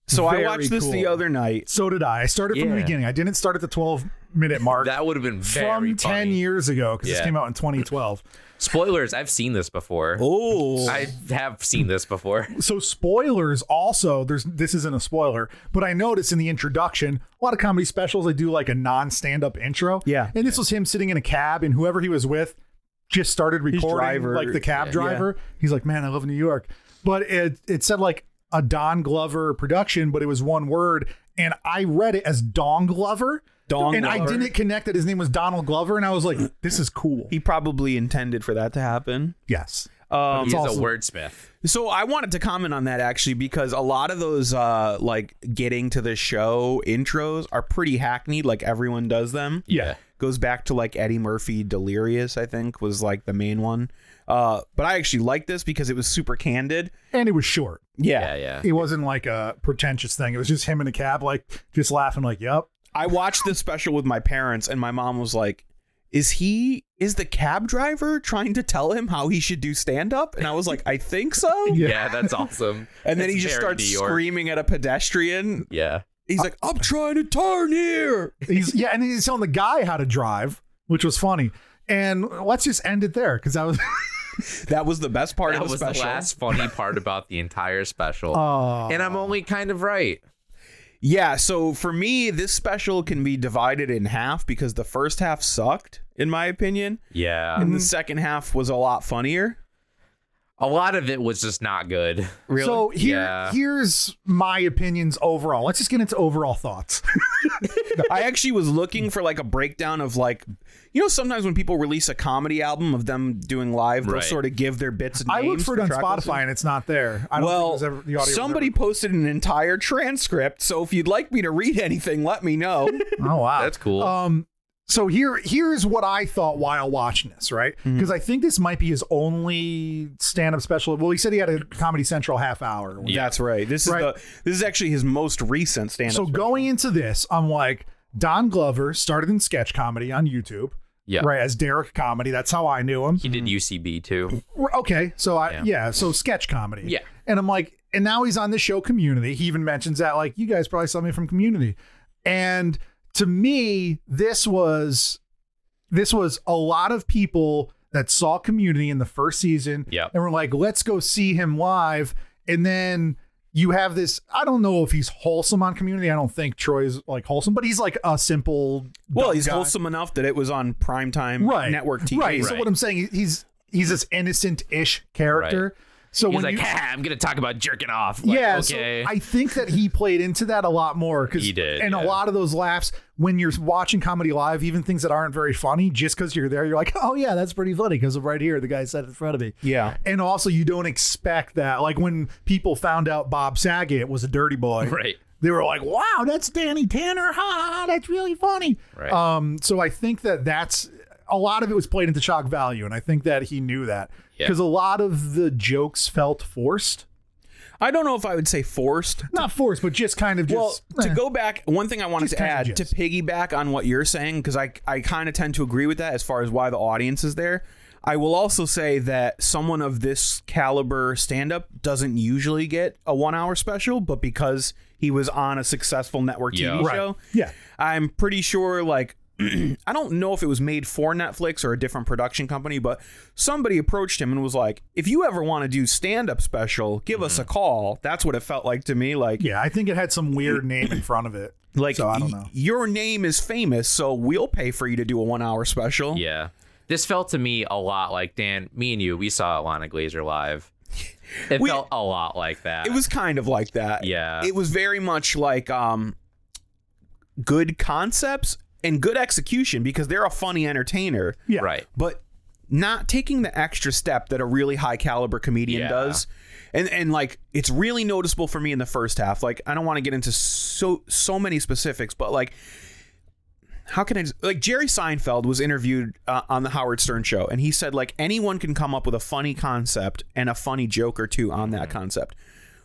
Speaker 1: So
Speaker 5: Very
Speaker 1: I watched this the
Speaker 5: cool.
Speaker 1: other night.
Speaker 5: So did I. I started from the
Speaker 1: Yeah.
Speaker 5: beginning. I didn't start at the 12 minute mark.
Speaker 3: That would have been very
Speaker 5: from 10
Speaker 3: funny.
Speaker 5: years ago because this
Speaker 3: Yeah.
Speaker 5: came out in 2012.
Speaker 3: Spoilers. I've seen this before.
Speaker 1: Oh,
Speaker 3: I have seen this before.
Speaker 5: [laughs] So spoilers also there's this isn't a spoiler, but I noticed in the introduction a lot of comedy specials they do like a non stand up intro.
Speaker 1: Yeah.
Speaker 5: and this was him sitting in a cab and whoever he was with just started recording
Speaker 1: driver-
Speaker 5: like the cab driver. He's like, man, I love New York, but it it said like a Don Glover production, but it was one word, and I read it as Don Glover.
Speaker 1: Don
Speaker 5: and I
Speaker 1: Glover.
Speaker 5: didn't connect that his name was Donald Glover, and I was like, "This is cool."
Speaker 1: he probably intended for that to happen.
Speaker 5: yes,
Speaker 1: Um,
Speaker 3: He's
Speaker 5: also-
Speaker 3: a wordsmith.
Speaker 1: So I wanted to comment on that actually because a lot of those uh like getting to the show intros are pretty hackneyed like everyone does them.
Speaker 5: Yeah.
Speaker 1: Goes back to like Eddie Murphy Delirious I think was like the main one. Uh but I actually liked this because it was super candid.
Speaker 5: and it was short.
Speaker 1: Yeah.
Speaker 3: Yeah, yeah.
Speaker 5: It wasn't like a pretentious thing. It was just him in a cab, like just laughing, like, "Yep,
Speaker 1: I watched this special with my parents and my mom was like is he is the cab driver trying to tell him how he should do stand up? And I was like, I think so.
Speaker 3: Yeah, that's awesome.
Speaker 1: [laughs] And then
Speaker 3: It's
Speaker 1: he just
Speaker 3: very
Speaker 1: starts
Speaker 3: New York.
Speaker 1: screaming at a pedestrian.
Speaker 3: Yeah.
Speaker 1: He's like, I'm trying to turn here.
Speaker 5: He's yeah, and then he's telling the guy how to drive, which was funny. And let's just end it there because I was [laughs]
Speaker 1: That was the best part
Speaker 3: That
Speaker 1: of the
Speaker 3: was
Speaker 1: special.
Speaker 3: the last funny part about the entire special. and I'm only kind of right.
Speaker 1: Yeah, so for me, this special can be divided in half because the first half sucked, in my opinion,
Speaker 3: Yeah.
Speaker 1: and the second half was a lot funnier.
Speaker 3: A lot of it was just not good.
Speaker 5: so here.
Speaker 3: Yeah.
Speaker 5: Here's my opinions overall. Let's just get into overall thoughts. [laughs]
Speaker 1: I actually was looking for like a breakdown of like, you know, sometimes when people release a comedy album of them doing live, they'll
Speaker 3: Right.
Speaker 1: sort of give their bits. And
Speaker 5: I
Speaker 1: names
Speaker 5: looked for it on
Speaker 1: track
Speaker 5: Spotify
Speaker 1: listings.
Speaker 5: and it's not there. I don't
Speaker 1: Well,
Speaker 5: think it was ever, the audio was
Speaker 1: somebody posted an entire transcript, so if you'd like me to read anything, let me
Speaker 5: [laughs]
Speaker 1: know.
Speaker 5: ever- oh wow,
Speaker 3: That's cool.
Speaker 5: Um, so here here's what I thought while watching this, right?
Speaker 1: Mm.
Speaker 5: Because I think this might be his only stand up special. Well, he said he had a Comedy Central half hour.
Speaker 1: That's right. This is
Speaker 5: Right.
Speaker 1: the this is actually his most recent stand-up.
Speaker 5: So
Speaker 1: special.
Speaker 5: going into this, I'm like Don Glover started in sketch comedy on YouTube.
Speaker 3: yeah.
Speaker 5: right as Derek comedy. That's how I knew him.
Speaker 3: He did UCB too.
Speaker 5: R- Okay, so I yeah,
Speaker 3: Yeah.
Speaker 5: so sketch comedy.
Speaker 3: Yeah.
Speaker 5: and I'm like, and now he's on the show Community. He even mentions that like you guys probably saw me from Community, and to me this was this was a lot of people that saw Community in the first season.
Speaker 3: Yep.
Speaker 5: and were like, let's go see him live, and then. You have this. I don't know if he's wholesome on Community. I don't think Troy's like wholesome, but he's like a simple.
Speaker 1: Well,
Speaker 5: dumb
Speaker 1: he's
Speaker 5: guy.
Speaker 1: wholesome enough that it was on primetime
Speaker 5: right.
Speaker 1: network TV.
Speaker 5: Right. So what I'm saying, he- he's he's this innocent-ish character.
Speaker 3: Right.
Speaker 5: So
Speaker 3: He's
Speaker 5: when
Speaker 3: like,
Speaker 5: you,
Speaker 3: ah, I'm gonna talk about jerking off. Like,
Speaker 5: yeah, so
Speaker 3: Okay.
Speaker 5: I think that he played into that a lot more because
Speaker 3: He did,
Speaker 5: and a
Speaker 3: yeah.
Speaker 5: lot of those laughs when you're watching comedy live, even things that aren't very funny, just because you're there, you're like, oh yeah, that's pretty funny because right here the guy sat in front of me.
Speaker 1: Yeah.
Speaker 5: and also you don't expect that. Like when people found out Bob Saget was a dirty boy,
Speaker 3: right.
Speaker 5: they were like, "Wow, that's Danny Tanner! Ha, Ha, ha, that's really funny."
Speaker 3: Right.
Speaker 5: Um, so I think that that's a lot of it was played into shock value, and I think that he knew that
Speaker 3: Yeah.
Speaker 5: because a lot of the jokes felt forced,
Speaker 1: I don't know if I would say forced.
Speaker 5: not forced, but just kind of
Speaker 1: Well,
Speaker 5: just
Speaker 1: to
Speaker 5: eh.
Speaker 1: go back, one thing I wanted
Speaker 5: Just
Speaker 1: to add
Speaker 5: kinda
Speaker 1: to piggyback on what you're saying, because I, I kind of tend to agree with that as far as why the audience is there. I will also say that someone of this caliber stand up doesn't usually get a one hour special, but because he was on a successful network
Speaker 3: Yeah.
Speaker 1: TV
Speaker 5: Right.
Speaker 1: show,
Speaker 5: Yeah.
Speaker 1: I'm pretty sure, like, [clears throat] I don't know if it was made for Netflix or a different production company, but somebody approached him and was like, if you ever want to do stand up special, give us a call. That's what it felt like to me. Like,
Speaker 5: Yeah, I think it had some weird name in front of it.
Speaker 1: like
Speaker 5: so I don't
Speaker 1: y-
Speaker 5: know.
Speaker 1: your name is famous, so we'll pay for you to do a one hour special.
Speaker 3: Yeah. This felt to me a lot like Dan, me and you, we saw Alana Glazer
Speaker 5: [laughs]
Speaker 3: live. It
Speaker 1: We-
Speaker 3: felt a lot like that.
Speaker 1: It was kind of like that.
Speaker 3: Yeah.
Speaker 1: It was very much like um good concepts and good execution because they're a funny entertainer,
Speaker 5: Yeah,
Speaker 3: right.
Speaker 1: but not taking the extra step that a really high caliber comedian
Speaker 3: Yeah.
Speaker 1: does. And and like it's really noticeable for me in the first half. Like I don't want to get into so so many specifics, but like how can I just, like Jerry Seinfeld was interviewed uh, on the Howard Stern show, and he said like anyone can come up with a funny concept and a funny joke or two on
Speaker 3: Mm-hmm.
Speaker 1: that concept.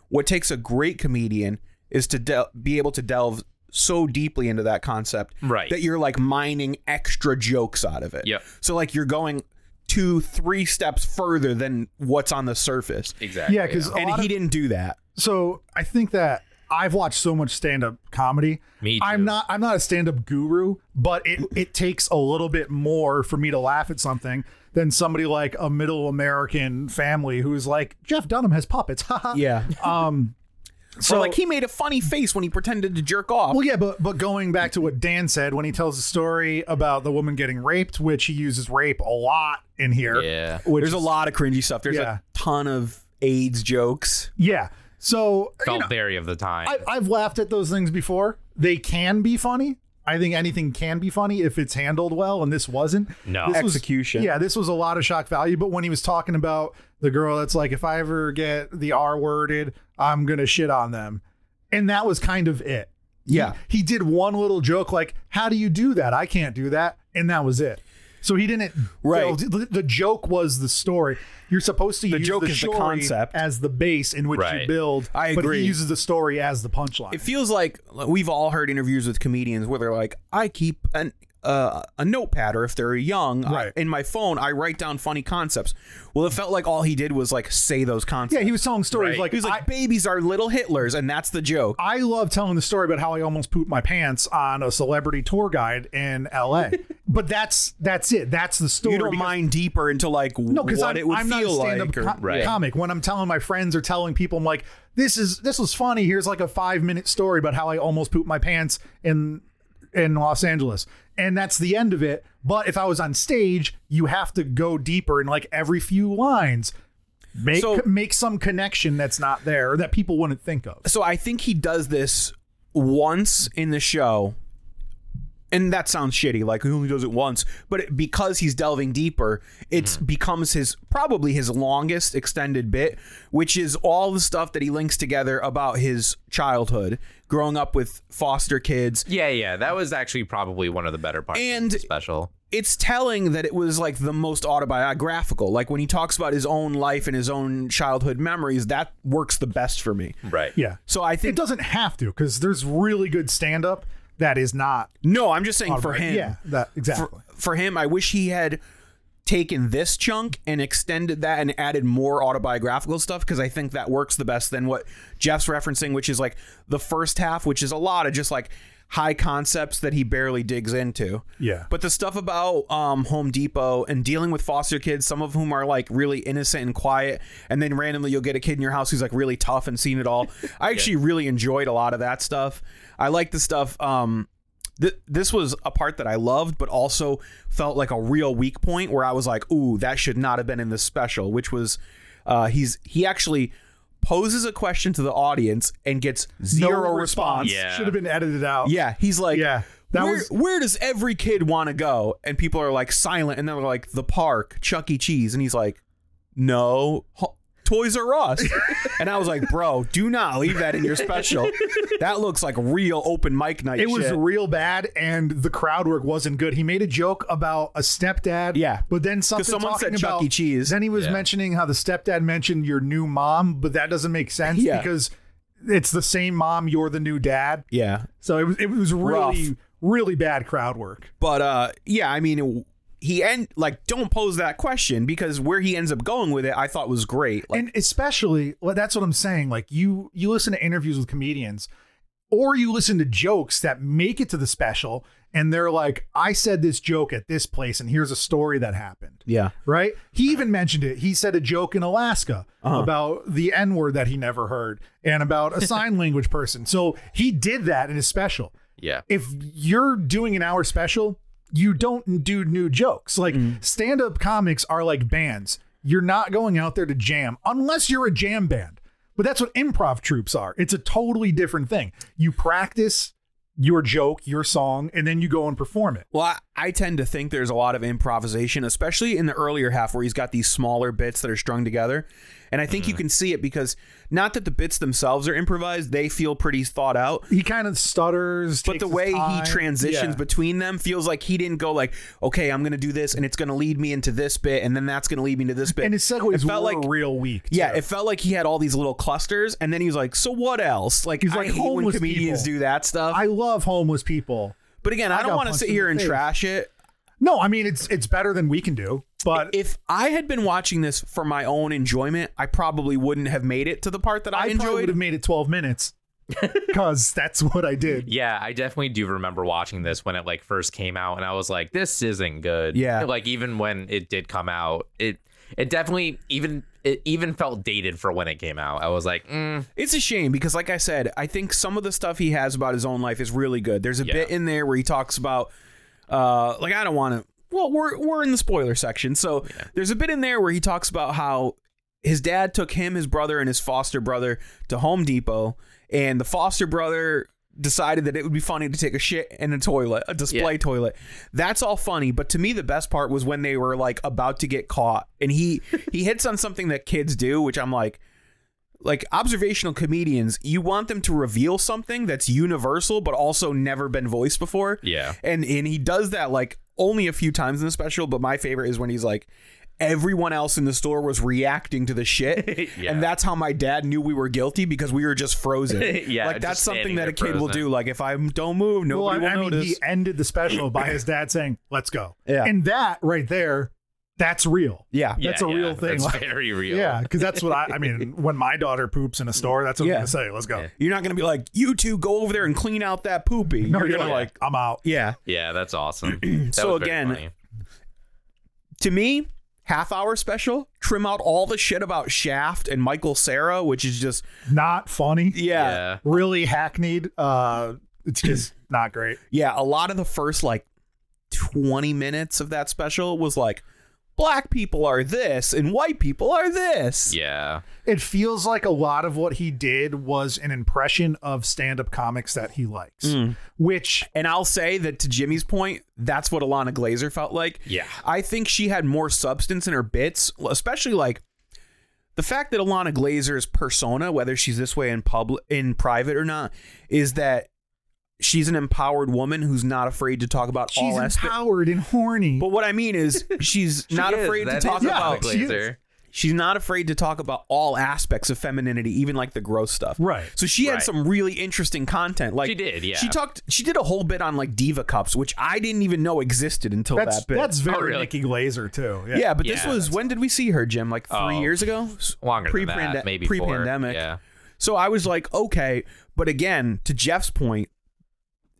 Speaker 1: What takes a great comedian is to del be able to delve so deeply into that concept
Speaker 3: Right.
Speaker 1: that you're like mining extra jokes out of it.
Speaker 3: Yep.
Speaker 1: So like you're going two, three steps further than what's on the surface,
Speaker 3: Exactly.
Speaker 5: Yeah, because
Speaker 1: and he didn't do that.
Speaker 5: so I think that I've watched so much stand-up comedy.
Speaker 3: Me too.
Speaker 5: I'm not I'm not a stand-up guru, but it it takes a little bit more for me to laugh at something than somebody like a middle American family who's like Jeff Dunham has puppets. [laughs] haha."
Speaker 1: Yeah. [laughs]
Speaker 5: So
Speaker 1: or like he made a funny face when he pretended to jerk off.
Speaker 5: Well, yeah, but but going back to what Dan said when he tells the story about the woman getting raped, which he uses rape a lot in here.
Speaker 3: Yeah.
Speaker 5: which
Speaker 1: There's a
Speaker 5: is-
Speaker 1: lot of cringy stuff. There's a
Speaker 5: Yeah.
Speaker 1: ton of AIDS jokes.
Speaker 5: Yeah, so you
Speaker 3: Felt
Speaker 5: know,
Speaker 3: very of the time.
Speaker 5: I, I've laughed at those things before. They can be funny. I think anything can be funny if it's handled well, and this wasn't.
Speaker 3: No.
Speaker 5: This was-
Speaker 1: Execution.
Speaker 5: yeah, this was a lot of shock value. But when he was talking about the girl that's like, if I ever get the R worded, I'm gonna shit on them, and that was kind of it.
Speaker 1: Yeah.
Speaker 5: he did one little joke like how do you do that i can't do that and that was it so he didn't
Speaker 1: Right.
Speaker 5: the, the joke was the story you're supposed to
Speaker 1: The
Speaker 5: use
Speaker 1: joke
Speaker 5: the
Speaker 1: is the
Speaker 5: story
Speaker 1: concept.
Speaker 5: as the base in which you
Speaker 3: Right.
Speaker 5: build
Speaker 1: I
Speaker 5: but
Speaker 1: agree.
Speaker 5: he uses the story as the punchline
Speaker 1: It feels like we've all heard interviews with comedians where they're like, I keep an uh, a notepad, or if they're young, I-
Speaker 5: Right.
Speaker 1: in my phone, I write down funny concepts. Well, it felt like all he did was like say those concepts.
Speaker 5: yeah he was telling stories
Speaker 3: Right.
Speaker 5: like,
Speaker 1: he was like,
Speaker 5: I,
Speaker 1: babies are little Hitlers, and that's the joke.
Speaker 5: I love telling the story about how I almost pooped my pants on a celebrity tour guide in
Speaker 1: [laughs]
Speaker 5: LA. but that's that's it. That's the story.
Speaker 1: You don't
Speaker 5: because-
Speaker 1: mind deeper into like
Speaker 5: No,
Speaker 1: what
Speaker 5: because I'm,
Speaker 1: it would
Speaker 5: I'm
Speaker 1: feel
Speaker 5: not a stand-up
Speaker 1: like. or-
Speaker 5: co-
Speaker 3: Right.
Speaker 5: comic. When I'm telling my friends or telling people, I'm like, "This is this was funny." Here's like a five minute story about how I almost pooped my pants in in Los Angeles, and that's the end of it. But if I was on stage, you have to go deeper in like every few lines. Make
Speaker 1: So-
Speaker 5: make some connection that's not there or that people wouldn't think of.
Speaker 1: so I think he does this once in the show, and that sounds shitty. Like he only does it once, but it, because he's delving deeper, it becomes his probably his longest extended bit, which is all the stuff that he links together about his childhood, growing up with foster kids,
Speaker 3: yeah, yeah. That was actually probably one of the better parts
Speaker 1: And-
Speaker 3: of the special.
Speaker 1: it's telling that it was like the most autobiographical. Like when he talks about his own life and his own childhood memories, that works the best for me.
Speaker 3: Right.
Speaker 5: Yeah,
Speaker 1: So I
Speaker 5: it
Speaker 1: think
Speaker 5: doesn't have to because there's really good stand up that is not
Speaker 1: no, I'm just saying for
Speaker 5: Right.
Speaker 1: him.
Speaker 5: Yeah, that exactly.
Speaker 1: for, for him, I wish he had taken this chunk and extended that and added more autobiographical stuff because I think that works the best than what Jeff's referencing, which is like the first half, which is a lot of just like high concepts that he barely digs into.
Speaker 5: Yeah.
Speaker 1: But the stuff about um, Home Depot and dealing with foster kids, some of whom are like really innocent and quiet, and then randomly you'll get a kid in your house who's like really tough and seen it all. I actually really enjoyed a lot of that stuff. I like the stuff. Um, th- this was a part that I loved, but also felt like a real weak point where I was like, "Ooh, that should not have been in this special." Which was, uh, he's he actually poses a question to the audience and gets zero response.
Speaker 3: Yeah.
Speaker 5: should have been edited out.
Speaker 1: Yeah, he's like,
Speaker 5: Yeah, that
Speaker 1: where,
Speaker 5: was-
Speaker 1: where does every kid want to go? And people are like silent, and they're like, the park, Chuck E. Cheese, and he's like, no, Ho- Toys R
Speaker 5: [laughs]
Speaker 1: Us. and I was like, bro, do not leave that in your special. that looks like real open mic night.
Speaker 5: It was
Speaker 1: shit.
Speaker 5: real bad, and the crowd work wasn't good. He made a joke about a stepdad.
Speaker 1: Yeah.
Speaker 5: but then something
Speaker 1: someone
Speaker 5: talking
Speaker 1: said Chuck
Speaker 5: about-
Speaker 1: E. Cheese.
Speaker 5: Then he was
Speaker 3: Yeah.
Speaker 5: mentioning how the stepdad mentioned your new mom, but that doesn't make sense
Speaker 1: Yeah.
Speaker 5: because it's the same mom. You're the new dad,
Speaker 1: yeah.
Speaker 5: so it was it was really
Speaker 1: Rough.
Speaker 5: really bad crowd work.
Speaker 1: But uh, yeah, I mean, he end like don't pose that question because where he ends up going with it, I thought was great. Like,
Speaker 5: and especially well, that's what I'm saying. Like you you listen to interviews with comedians, or you listen to jokes that make it to the special, and they're like, I said this joke at this place, and here's a story that happened.
Speaker 1: yeah,
Speaker 5: right? He even mentioned it. He said a joke in Alaska
Speaker 1: Uh-huh.
Speaker 5: about the N word that he never heard and about a
Speaker 1: [laughs]
Speaker 5: sign language person. So he did that in his special.
Speaker 3: Yeah.
Speaker 5: If you're doing an hour special, you don't do new jokes. Like
Speaker 1: Mm.
Speaker 5: stand up comics are like bands. You're not going out there to jam unless you're a jam band. But that's what improv troops are. It's a totally different thing. You practice your joke, your song, and then you go and perform it.
Speaker 1: Well, I, I tend to think there's a lot of improvisation, especially in the earlier half where he's got these smaller bits that are strung together. And I think you can see it because not that the bits themselves are improvised, they feel pretty thought out.
Speaker 5: He kind of stutters,
Speaker 1: But
Speaker 5: takes
Speaker 1: the
Speaker 5: his
Speaker 1: way he
Speaker 5: time.
Speaker 1: transitions
Speaker 5: Yeah.
Speaker 1: between them feels like he didn't go like, okay, I'm going to do this and it's going to lead me into this bit and then that's going to lead me into this bit.
Speaker 5: [laughs] and his segues
Speaker 1: it felt
Speaker 5: were
Speaker 1: like
Speaker 5: real weak.
Speaker 1: yeah,
Speaker 5: too.
Speaker 1: it felt like he had all these little clusters, and then he was like, "So what else?" Like
Speaker 5: He's
Speaker 1: I
Speaker 5: like
Speaker 1: hate when
Speaker 5: homeless
Speaker 1: comedians
Speaker 5: people.
Speaker 1: do that stuff.
Speaker 5: I love homeless people.
Speaker 1: but again, I,
Speaker 5: I
Speaker 1: don't
Speaker 5: got
Speaker 1: want to
Speaker 5: punched
Speaker 1: sit
Speaker 5: in
Speaker 1: here
Speaker 5: the
Speaker 1: and
Speaker 5: face.
Speaker 1: trash it.
Speaker 5: No, I mean it's it's better than we can do, but
Speaker 1: if I had been watching this for my own enjoyment, I probably wouldn't have made it to the part that I,
Speaker 5: I, probably would
Speaker 1: enjoyed. [laughs]
Speaker 5: have made it 12 minutes. because that's what I did.
Speaker 3: Yeah, I definitely do remember watching this when it like first came out, and I was like, "This isn't good."
Speaker 1: Yeah.
Speaker 3: like even when it did come out, it it definitely even it even felt dated for when it came out. I was like, mm,
Speaker 1: It's a shame because, like I said, I think some of the stuff he has about his own life is really good. There's a
Speaker 3: Yeah.
Speaker 1: bit in there where he talks about, uh, like I don't want to. Well, we're we're in the spoiler section, so there's a bit in there where he talks about how his dad took him, his brother, and his foster brother to Home Depot, and the foster brother decided that it would be funny to take a shit in a toilet, a display
Speaker 3: Yeah.
Speaker 1: toilet. That's all funny, but to me the best part was when they were like about to get caught and
Speaker 3: [laughs]
Speaker 1: he he hits on something that kids do, which I'm like like observational comedians, you want them to reveal something that's universal but also never been voiced before.
Speaker 3: Yeah.
Speaker 1: And and he does that like only a few times in the special, but my favorite is when he's like everyone else in the store was reacting to the shit
Speaker 3: [laughs] Yeah.
Speaker 1: and that's how my dad knew we were guilty because we were just
Speaker 3: [laughs]
Speaker 1: frozen.
Speaker 3: Yeah,
Speaker 1: Like that's
Speaker 3: just
Speaker 1: something
Speaker 3: standing
Speaker 1: that a kid
Speaker 3: there
Speaker 1: will
Speaker 3: frozen.
Speaker 1: do like if I don't move,
Speaker 5: Well,
Speaker 1: nobody
Speaker 5: I, I
Speaker 1: will
Speaker 5: mean,
Speaker 1: notice.
Speaker 5: he ended the special by
Speaker 1: [coughs]
Speaker 5: his dad saying, "Let's go."
Speaker 1: Yeah.
Speaker 5: and that right there, that's real.
Speaker 1: yeah.
Speaker 5: That's
Speaker 3: yeah,
Speaker 5: a
Speaker 3: yeah,
Speaker 5: real thing.
Speaker 3: That's
Speaker 5: Like,
Speaker 3: very real.
Speaker 5: yeah, because that's what I.
Speaker 1: [laughs]
Speaker 5: I mean, when my daughter poops in a store, that's what
Speaker 1: Yeah.
Speaker 5: I'm gonna say. Let's go.
Speaker 3: Yeah.
Speaker 1: You're not gonna be like, you two go over there and clean out that poopy.
Speaker 5: No,
Speaker 1: you're, gonna like,
Speaker 5: I'm out.
Speaker 1: yeah.
Speaker 3: yeah, that's [clears throat] awesome. That
Speaker 1: So
Speaker 3: was very
Speaker 1: again,
Speaker 3: funny.
Speaker 1: To me, half hour special, trim out all the shit about Shaft and Michael Sarah, which is just
Speaker 5: Not funny.
Speaker 1: yeah, yeah.
Speaker 3: yeah,
Speaker 5: Really hackneyed. Uh,
Speaker 1: [coughs]
Speaker 5: it's just not great.
Speaker 1: a lot of the first like twenty minutes of that special was like black people are this and white people are this.
Speaker 3: yeah,
Speaker 5: It feels like a lot of what he did was an impression of stand-up comics that he likes,
Speaker 1: Mm.
Speaker 5: which
Speaker 1: And I'll say that to Jimmy's point, that's what Alana Glazer felt like.
Speaker 3: Yeah.
Speaker 1: I think she had more substance in her bits, especially like the fact that Alana Glazer's persona, whether she's this way in public in private or not, is that she's an empowered woman who's not afraid to talk about
Speaker 5: she's
Speaker 1: all aspects.
Speaker 5: empowered and horny.
Speaker 1: But what I mean is she's
Speaker 3: [laughs] She
Speaker 1: not
Speaker 3: is.
Speaker 1: afraid to
Speaker 3: That
Speaker 1: talk
Speaker 3: is
Speaker 1: about
Speaker 5: she is.
Speaker 3: Glazer.
Speaker 1: she's not afraid to talk about all aspects of femininity, even like the gross stuff.
Speaker 5: Right.
Speaker 1: So she had
Speaker 3: Right.
Speaker 1: some really interesting content. Like
Speaker 3: She did, yeah.
Speaker 1: She talked. She did a whole bit on like diva cups, which I didn't even know existed until
Speaker 5: that's
Speaker 1: that bit.
Speaker 5: that's very
Speaker 3: Oh, really?
Speaker 5: Nikki Glazer too.
Speaker 1: yeah, but this
Speaker 3: Yeah,
Speaker 1: was
Speaker 3: that's-
Speaker 1: when did we see her, Jim? Like three
Speaker 3: Oh,
Speaker 1: years ago, S-
Speaker 3: longer than that,
Speaker 1: pre-pande-
Speaker 3: maybe four.
Speaker 1: pre-pandemic.
Speaker 3: Yeah.
Speaker 1: So I was like, okay, but again, to Jeff's point,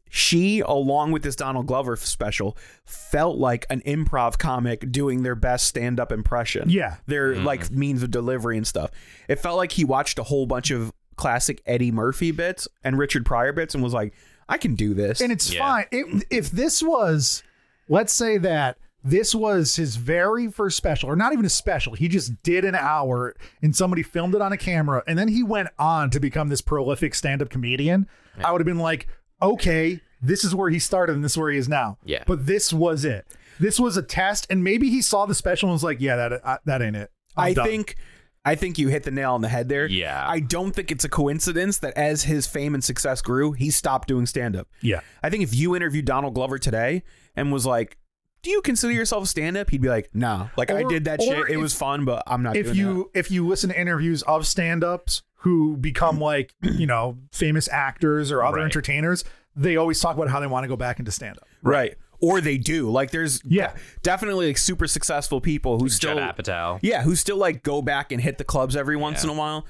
Speaker 1: she, along with this Donald Glover special, felt like an improv comic doing their best stand up impression.
Speaker 5: Yeah.
Speaker 1: Their like means of delivery and stuff. It felt like he watched a whole bunch of classic Eddie Murphy bits and Richard Pryor bits and was like, I can do this.
Speaker 5: and it's
Speaker 3: Yeah.
Speaker 5: fine. It, if this was, let's say that this was his very first special, or not even a special, he just did an hour and somebody filmed it on a camera, and then he went on to become this prolific stand-up comedian. I would have been like, okay, this is where he started, and this is where he is now.
Speaker 3: Yeah.
Speaker 5: but this was it. This was a test, and maybe he saw the special and was like, yeah, that uh, that ain't it. I'm
Speaker 1: I
Speaker 5: done.
Speaker 1: think I think you hit the nail on the head there.
Speaker 3: Yeah.
Speaker 1: I don't think it's a coincidence that as his fame and success grew, he stopped doing stand up.
Speaker 5: Yeah.
Speaker 1: I think if you interviewed Donald Glover today and was like, "Do you consider yourself a stand-up?" He'd be like, "Nah, like I
Speaker 5: Or-
Speaker 1: did that
Speaker 5: or
Speaker 1: shit. it
Speaker 5: if-
Speaker 1: was fun, but I'm not."
Speaker 5: if
Speaker 1: doing
Speaker 5: you if you listen to interviews of stand-ups who become like you know famous actors or other
Speaker 3: Right.
Speaker 5: entertainers they always talk about how they want to go back into stand-up
Speaker 1: that. right, or they do. Like there's
Speaker 5: Yeah.
Speaker 1: definitely like super successful people who still
Speaker 3: Judd Apatow.
Speaker 1: yeah who still like go back and hit the clubs every once in a while.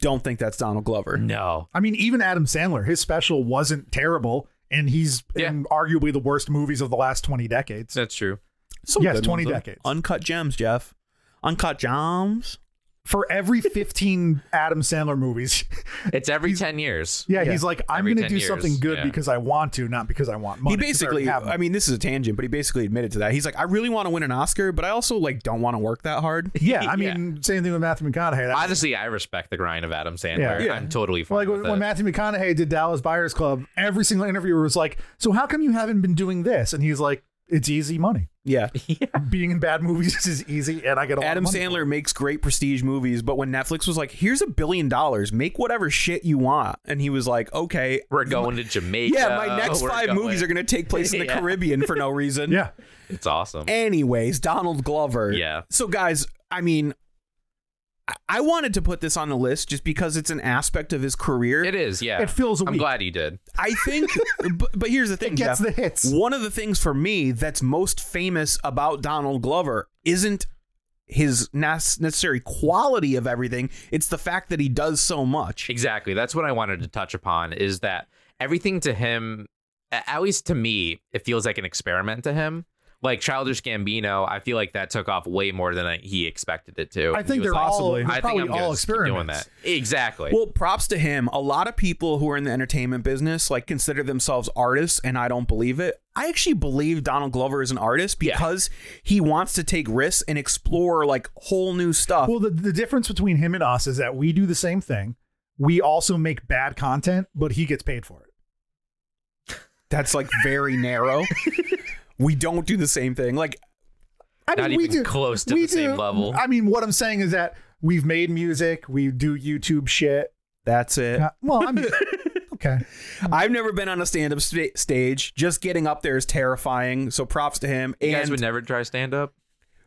Speaker 1: Don't think that's Donald Glover.
Speaker 3: No,
Speaker 5: i mean even adam sandler his special wasn't terrible and he's in arguably the worst movies of the last 20 decades
Speaker 3: that's true.
Speaker 1: Some
Speaker 5: Yes,
Speaker 1: good
Speaker 5: 20
Speaker 1: ones, though.
Speaker 5: decades.
Speaker 1: Uncut gems, Jeff. Uncut gems.
Speaker 5: for every 15 adam sandler movies [laughs]
Speaker 3: It's every ten years.
Speaker 5: yeah, he's like i'm
Speaker 3: Every
Speaker 5: gonna
Speaker 3: 10
Speaker 5: do
Speaker 3: years,
Speaker 5: something good
Speaker 3: yeah.
Speaker 5: because i want to not because i want money
Speaker 1: he
Speaker 5: 'cause I already
Speaker 1: basically,
Speaker 5: have
Speaker 1: I
Speaker 5: money.
Speaker 1: mean, this is a tangent, but he basically admitted to that. He's like, I really want to win an Oscar, but I also like don't want to work that hard.
Speaker 5: yeah i mean same thing with matthew mcconaughey That's-
Speaker 3: Honestly, I respect the grind of Adam Sandler.
Speaker 5: Yeah.
Speaker 3: I'm totally fine
Speaker 5: Like when,
Speaker 3: with it.
Speaker 5: when Matthew McConaughey did Dallas Buyers Club, every single interviewer was like, "So how come you haven't been doing this?" And he's like, "It's easy money.
Speaker 1: Yeah.
Speaker 5: Being in bad movies [laughs] is easy, and I get a lot
Speaker 1: Adam
Speaker 5: of money for
Speaker 1: Sandler makes great prestige movies, but when Netflix was like, "Here's a billion dollars, make whatever shit you want," and he was like, "Okay,
Speaker 3: We're going to
Speaker 1: [laughs]
Speaker 3: Jamaica.
Speaker 1: yeah, my next
Speaker 3: uh, We're
Speaker 1: five
Speaker 3: going-
Speaker 1: movies are going to take place in the
Speaker 3: [laughs] Yeah.
Speaker 1: Caribbean for no reason."
Speaker 5: it." [laughs] Yeah,
Speaker 3: It's awesome.
Speaker 1: Anyways, Donald Glover.
Speaker 3: Yeah.
Speaker 1: So guys, I mean, I- I wanted to put this on the list just because it's an aspect of his career.
Speaker 3: It is, yeah.
Speaker 5: It fills a
Speaker 3: I'm
Speaker 5: week.
Speaker 3: glad he did.
Speaker 1: I
Speaker 3: [laughs]
Speaker 1: think, but, but here's the thing,
Speaker 5: gets
Speaker 1: Jeff.
Speaker 5: the hits.
Speaker 1: One of the things for me that's most famous about Donald Glover isn't his nas- necessary quality of everything. It's the fact that he does so much.
Speaker 3: Exactly. That's what I wanted to touch upon is that everything to him, a- at least to me, it feels like an experiment to him. Like Childish Gambino, I feel like that took off way more than I, he expected it to.
Speaker 5: I think
Speaker 3: He was
Speaker 5: they're
Speaker 3: like, "Oh,
Speaker 5: all- they're
Speaker 3: I think
Speaker 5: probably
Speaker 3: I'm gonna
Speaker 5: all
Speaker 3: just keep doing
Speaker 5: experiments.
Speaker 3: that. Exactly.
Speaker 1: Well, props to him. A lot of people who are in the entertainment business like consider themselves artists, and I don't believe it. I actually believe Donald Glover is an artist
Speaker 3: Yeah.
Speaker 1: because he wants to take risks and explore like whole new stuff.
Speaker 5: Well, the, the difference between him and us is that we do the same thing. We also make bad content, but he gets paid for it.
Speaker 1: That's like very narrow. We don't do the same thing. Like
Speaker 5: I
Speaker 3: Not even close to
Speaker 5: we
Speaker 3: the same level.
Speaker 5: I mean, what I'm saying is that we've made music, we do YouTube shit.
Speaker 1: that's it.
Speaker 5: Uh, well, I mean, [laughs] okay.
Speaker 1: I've never been on a stand-up sta- stage. Just getting up there is terrifying. So props to him.
Speaker 3: you guys
Speaker 1: And
Speaker 3: would never try stand up?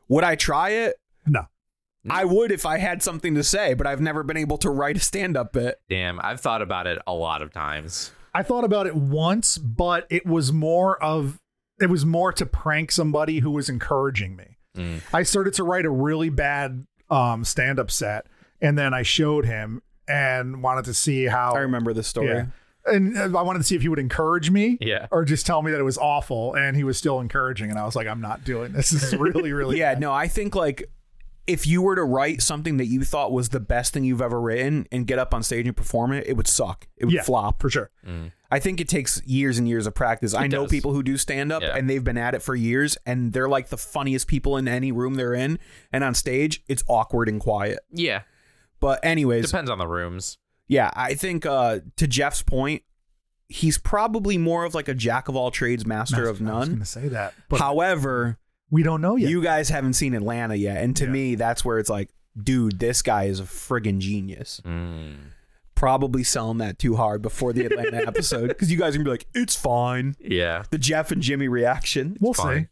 Speaker 1: would I try it?
Speaker 5: No.
Speaker 3: Mm-hmm.
Speaker 1: I would if I had something to say, but I've never been able to write a stand-up bit.
Speaker 3: Damn, I've thought about it a lot of times.
Speaker 5: I thought about it once, but it was more of it was more to prank somebody who was encouraging me. I started to write a really bad um, stand-up set, and then I showed him and wanted to see how
Speaker 3: Oh.
Speaker 1: I remember this story.
Speaker 5: Yeah. And uh, I wanted to see if he would encourage me,
Speaker 3: Yeah.
Speaker 5: or just tell me that it was awful. And he was still encouraging, and I was like, "I'm not doing this. This is really, really
Speaker 1: [laughs] Yeah, no, I think like if you were to write something that you thought was the best thing you've ever written and get up on stage and perform it, it would suck. It would
Speaker 5: Yeah,
Speaker 1: flop.
Speaker 5: for sure."
Speaker 1: I think it takes years and years of practice. I know
Speaker 3: does.
Speaker 1: people who do stand up
Speaker 3: Yeah.
Speaker 1: and they've been at it for years and they're like the funniest people in any room they're in. And on stage, it's awkward and quiet.
Speaker 3: Yeah.
Speaker 1: But, anyways,
Speaker 3: Depends on the rooms.
Speaker 1: yeah, I think uh, to Jeff's point, he's probably more of like a jack of all trades, master, of
Speaker 5: I was
Speaker 1: none.
Speaker 5: going to say that, but
Speaker 1: However,
Speaker 5: we don't know yet.
Speaker 1: you guys haven't seen Atlanta yet. And to me, that's where it's like, dude, this guy is a friggin' genius.
Speaker 3: Mm.
Speaker 1: Probably selling that too hard before the
Speaker 5: [laughs]
Speaker 1: Atlanta episode because you guys are gonna be like, it's fine.
Speaker 3: Yeah.
Speaker 1: The Jeff and Jimmy reaction.
Speaker 5: we'll
Speaker 3: fine.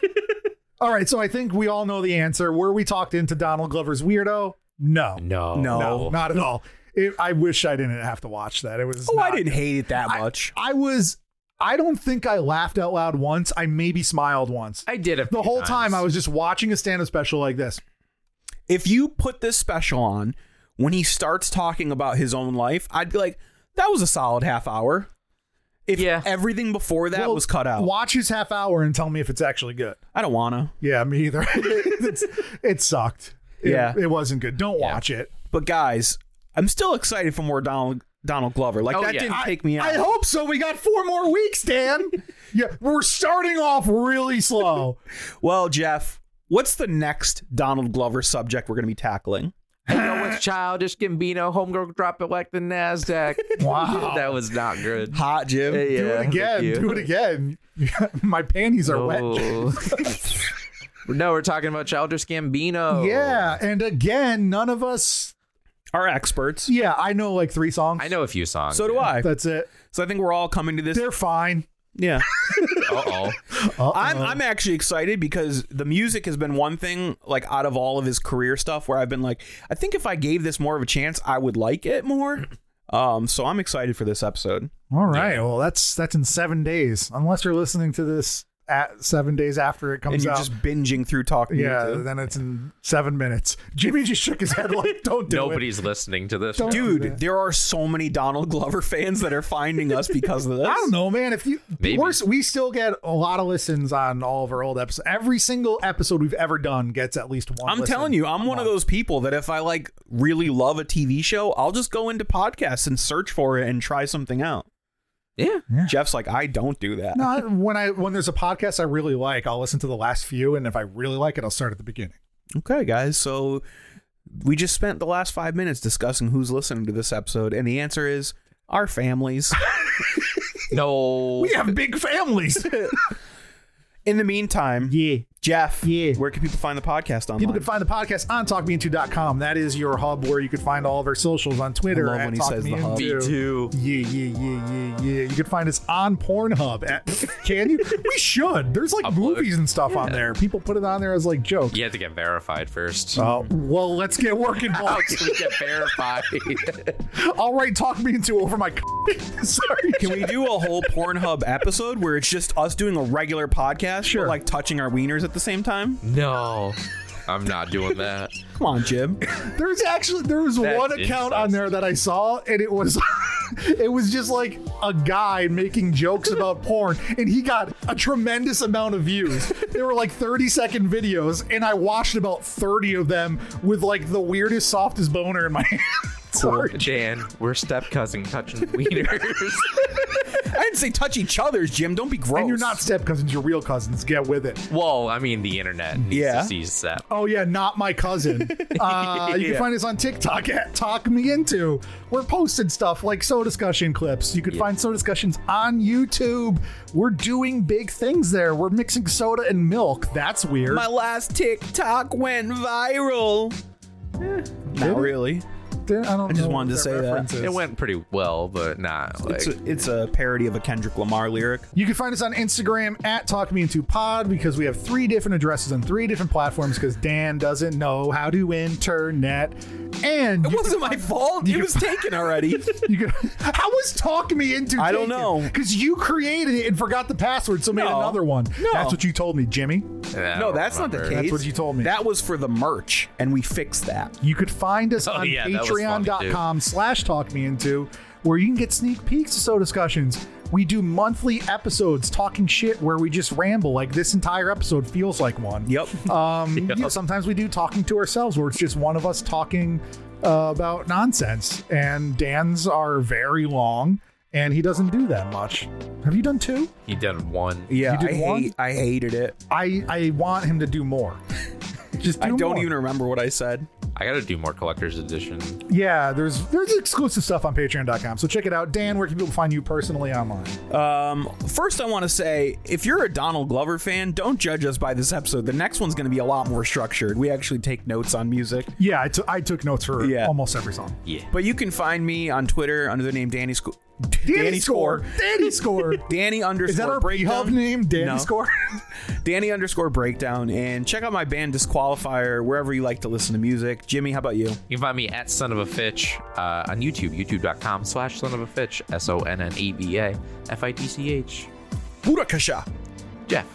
Speaker 5: see. [laughs] all right, so I think we all know the answer. Were we talked into Donald Glover's weirdo? No,
Speaker 3: No.
Speaker 1: No.
Speaker 5: No, not at all. It, I wish I didn't have to watch that. It was.
Speaker 1: Oh, I
Speaker 5: not-
Speaker 1: didn't hate it that much.
Speaker 5: I was. I don't think I laughed out loud once. I maybe smiled once.
Speaker 3: I did a
Speaker 5: the
Speaker 3: few
Speaker 5: whole time
Speaker 3: times.
Speaker 5: I was just watching a stand-up special like this.
Speaker 1: If you put this special on when he starts talking about his own life, I'd be like, that was a solid half hour. If
Speaker 3: Yeah.
Speaker 1: everything before that
Speaker 5: Well,
Speaker 1: was cut out,
Speaker 5: Watch his half hour and tell me if it's actually good.
Speaker 1: I don't wanna.
Speaker 5: Yeah, me either. [laughs] it's, it sucked. It-
Speaker 1: Yeah.
Speaker 5: it wasn't good. Don't watch it.
Speaker 1: But guys, I'm still excited for more Donald Donald Glover. Like
Speaker 3: Oh,
Speaker 1: that
Speaker 3: yeah.
Speaker 1: didn't take me out.
Speaker 5: I hope so. We got four more weeks, Dan. yeah, we're starting off really slow.
Speaker 1: Well, Jeff, what's the next Donald Glover subject we're going to be tackling?
Speaker 3: know what's childish Gambino homegirl drop it like
Speaker 5: [laughs]
Speaker 3: the Nasdaq.
Speaker 5: Wow.
Speaker 3: that was not good.
Speaker 1: Hot Jim.
Speaker 3: Yeah,
Speaker 5: do it again. Do it again. [laughs] My panties are wet.
Speaker 3: [laughs] Oh. no, we're talking about childish Gambino.
Speaker 5: [laughs] Yeah, and again, none of us.
Speaker 1: Our experts.
Speaker 5: Yeah, I know like three songs.
Speaker 3: I know a few songs.
Speaker 1: So do I.
Speaker 5: That's it.
Speaker 1: So I think we're all coming to this.
Speaker 5: They're fine.
Speaker 1: Yeah.
Speaker 5: [laughs]
Speaker 3: [laughs] Uh oh.
Speaker 1: I'm
Speaker 5: Uh-huh.
Speaker 1: I'm actually excited because the music has been one thing like out of all of his career stuff where I've been like, I think if I gave this more of a chance, I would like it
Speaker 5: [clears throat]
Speaker 1: more. Um, so I'm excited for this episode.
Speaker 5: All right. Well, that's that's in seven days, unless you're listening to this at seven days after it
Speaker 1: and
Speaker 5: comes
Speaker 1: you're
Speaker 5: out.
Speaker 1: just binging through talking.
Speaker 5: yeah, then it's in seven minutes. Jimmy just shook his head like, "Don't
Speaker 3: [laughs]
Speaker 5: do it."
Speaker 3: Nobody's listening to this.
Speaker 5: Don't-
Speaker 3: now.
Speaker 1: Dude, there are so many Donald Glover fans that are finding us because
Speaker 5: [laughs]
Speaker 1: of this.
Speaker 5: I don't know, man. If you,
Speaker 3: Maybe.
Speaker 5: we're, we still get a lot of listens on all of our old episodes. Every single episode we've ever done gets at least one.
Speaker 1: I'm
Speaker 5: listen
Speaker 1: telling you, I'm
Speaker 5: a
Speaker 1: one of
Speaker 5: month.
Speaker 1: those people that if I like really love a TV show, I'll just go into podcasts and search for it and try something out.
Speaker 3: Yeah.
Speaker 1: Jeff's like, I don't do that.
Speaker 5: No, I- when I when there's a podcast I really like, I'll listen to the last few, and if I really like it, I'll start at the beginning.
Speaker 1: Okay, guys. So we just spent the last five minutes discussing who's listening to this episode, and the answer is our
Speaker 5: [laughs]
Speaker 1: families.
Speaker 3: No.
Speaker 5: have big
Speaker 1: [laughs]
Speaker 5: families.
Speaker 1: In the meantime,
Speaker 5: yeah.
Speaker 1: Jeff,
Speaker 5: Yeah.
Speaker 1: where can people find the podcast online?
Speaker 5: [laughs] People can find the podcast on talkmeinto.com. That is your hub where you can find all of our socials on Twitter.
Speaker 1: I love
Speaker 5: at
Speaker 1: when he
Speaker 5: Talk
Speaker 1: says
Speaker 5: Me
Speaker 1: the hub.
Speaker 5: Into.
Speaker 3: too.
Speaker 5: Yeah, yeah, yeah, yeah, yeah. You can find us on Pornhub. At, can you? We should. There's like
Speaker 3: Upload.
Speaker 5: movies and stuff on there. People put it on there as like jokes.
Speaker 3: You have to get verified first.
Speaker 5: Uh, well, let's get
Speaker 1: [laughs]
Speaker 5: working,
Speaker 3: [laughs] How
Speaker 5: boys.
Speaker 3: can we get verified? [laughs]
Speaker 5: All right, talk me into over my. [laughs] Sorry.
Speaker 1: Can we do a
Speaker 5: [laughs]
Speaker 1: whole Pornhub episode where it's just us doing a regular podcast, but
Speaker 5: Sure.
Speaker 1: like touching our wieners at the same time?
Speaker 3: no. I'm not doing that.
Speaker 6: Come on,
Speaker 5: [laughs]
Speaker 6: Jim.
Speaker 5: There's actually there was
Speaker 3: That's
Speaker 5: one account on
Speaker 3: incest.
Speaker 5: there that I saw, and it was [laughs] it was just like a guy making jokes about porn, and he got a tremendous amount of views. They were like 30 second videos, and I watched about 30 of them with like the weirdest, softest boner in my [laughs] hand.
Speaker 7: Poor Jan, we're step cousin
Speaker 3: [laughs]
Speaker 7: touching
Speaker 5: [laughs]
Speaker 7: wieners.
Speaker 6: I didn't say touch each other's, Jim. Don't be gross.
Speaker 5: And you're not step cousins, you're real cousins. Get with it.
Speaker 3: Well, I mean, the internet needs
Speaker 6: Yeah.
Speaker 3: to seize that.
Speaker 5: Oh yeah, not
Speaker 1: [laughs]
Speaker 5: my cousin. Uh, You can find us on TikTok at Talk Me Into. We're posting stuff like So Discussion clips. You can find So Discussions on YouTube. We're doing big things there. We're mixing soda and milk. That's weird.
Speaker 1: My last TikTok went viral.
Speaker 5: Did
Speaker 1: Not
Speaker 5: it?
Speaker 1: really.
Speaker 5: I don't. I
Speaker 1: just wanted to say that.
Speaker 3: It went pretty well, but not like.
Speaker 1: It's a, it's a parody of a Kendrick Lamar lyric.
Speaker 5: You can find us on Instagram at Talk Me Into Pod because we have three different addresses on three different platforms because Dan doesn't know how to internet. And
Speaker 6: It
Speaker 5: you,
Speaker 6: wasn't
Speaker 5: [laughs]
Speaker 6: my fault. It was taken already.
Speaker 5: you can, [laughs] how was Talk Me Into?
Speaker 6: I don't know.
Speaker 5: because you created it and forgot the password, so made
Speaker 6: No.
Speaker 5: another one.
Speaker 6: No.
Speaker 5: That's what you told me, Jimmy.
Speaker 1: No,
Speaker 3: I don't
Speaker 1: that's not the
Speaker 3: remember.
Speaker 1: case.
Speaker 5: That's what you told me.
Speaker 1: That was for the merch, and we fixed that.
Speaker 5: You could find us
Speaker 3: Oh,
Speaker 5: on
Speaker 3: yeah, that was funny,
Speaker 5: patreon.com slash talk me into where you can get sneak peeks of so discussions. We do monthly episodes talking shit where we just ramble like this entire episode feels like one.
Speaker 1: [laughs] Yep.
Speaker 5: Um, you know, sometimes we do talking to ourselves where it's just one of us talking uh, about nonsense and Dan's are very long and he doesn't do that much. Have you done two?
Speaker 3: He done one.
Speaker 1: yeah,
Speaker 5: You did
Speaker 1: I,
Speaker 5: one?
Speaker 1: hate, I hated it.
Speaker 5: I, I want him to do more. Just do
Speaker 1: I don't
Speaker 5: more.
Speaker 1: even remember what I said.
Speaker 3: I gotta do more collector's edition.
Speaker 5: Yeah, there's there's exclusive stuff on patreon.com. So check it out. Dan, where can people find you personally online?
Speaker 1: Um, first, I want to say if you're a Donald Glover fan, don't judge us by this episode. The next one's going to be a lot more structured. We actually take notes on music.
Speaker 5: Yeah, I took I took notes for
Speaker 1: Yeah.
Speaker 5: almost every song.
Speaker 3: Yeah.
Speaker 1: But you can find me on Twitter under the name Danny Sco- [laughs]
Speaker 5: Danny score.
Speaker 1: Danny underscore
Speaker 5: Is that our
Speaker 1: breakdown.
Speaker 5: hub name? Danny
Speaker 1: No. [laughs]
Speaker 5: score?
Speaker 1: Danny underscore breakdown. And check out my band Disqualifier wherever you like to listen to music. Jimmy, how about you?
Speaker 3: You can find me at Son of a Fitch uh, on YouTube, youtube.com slash Son of a Fitch, S O N N A B A F I T C H.
Speaker 1: Budakasha.
Speaker 3: Jeff.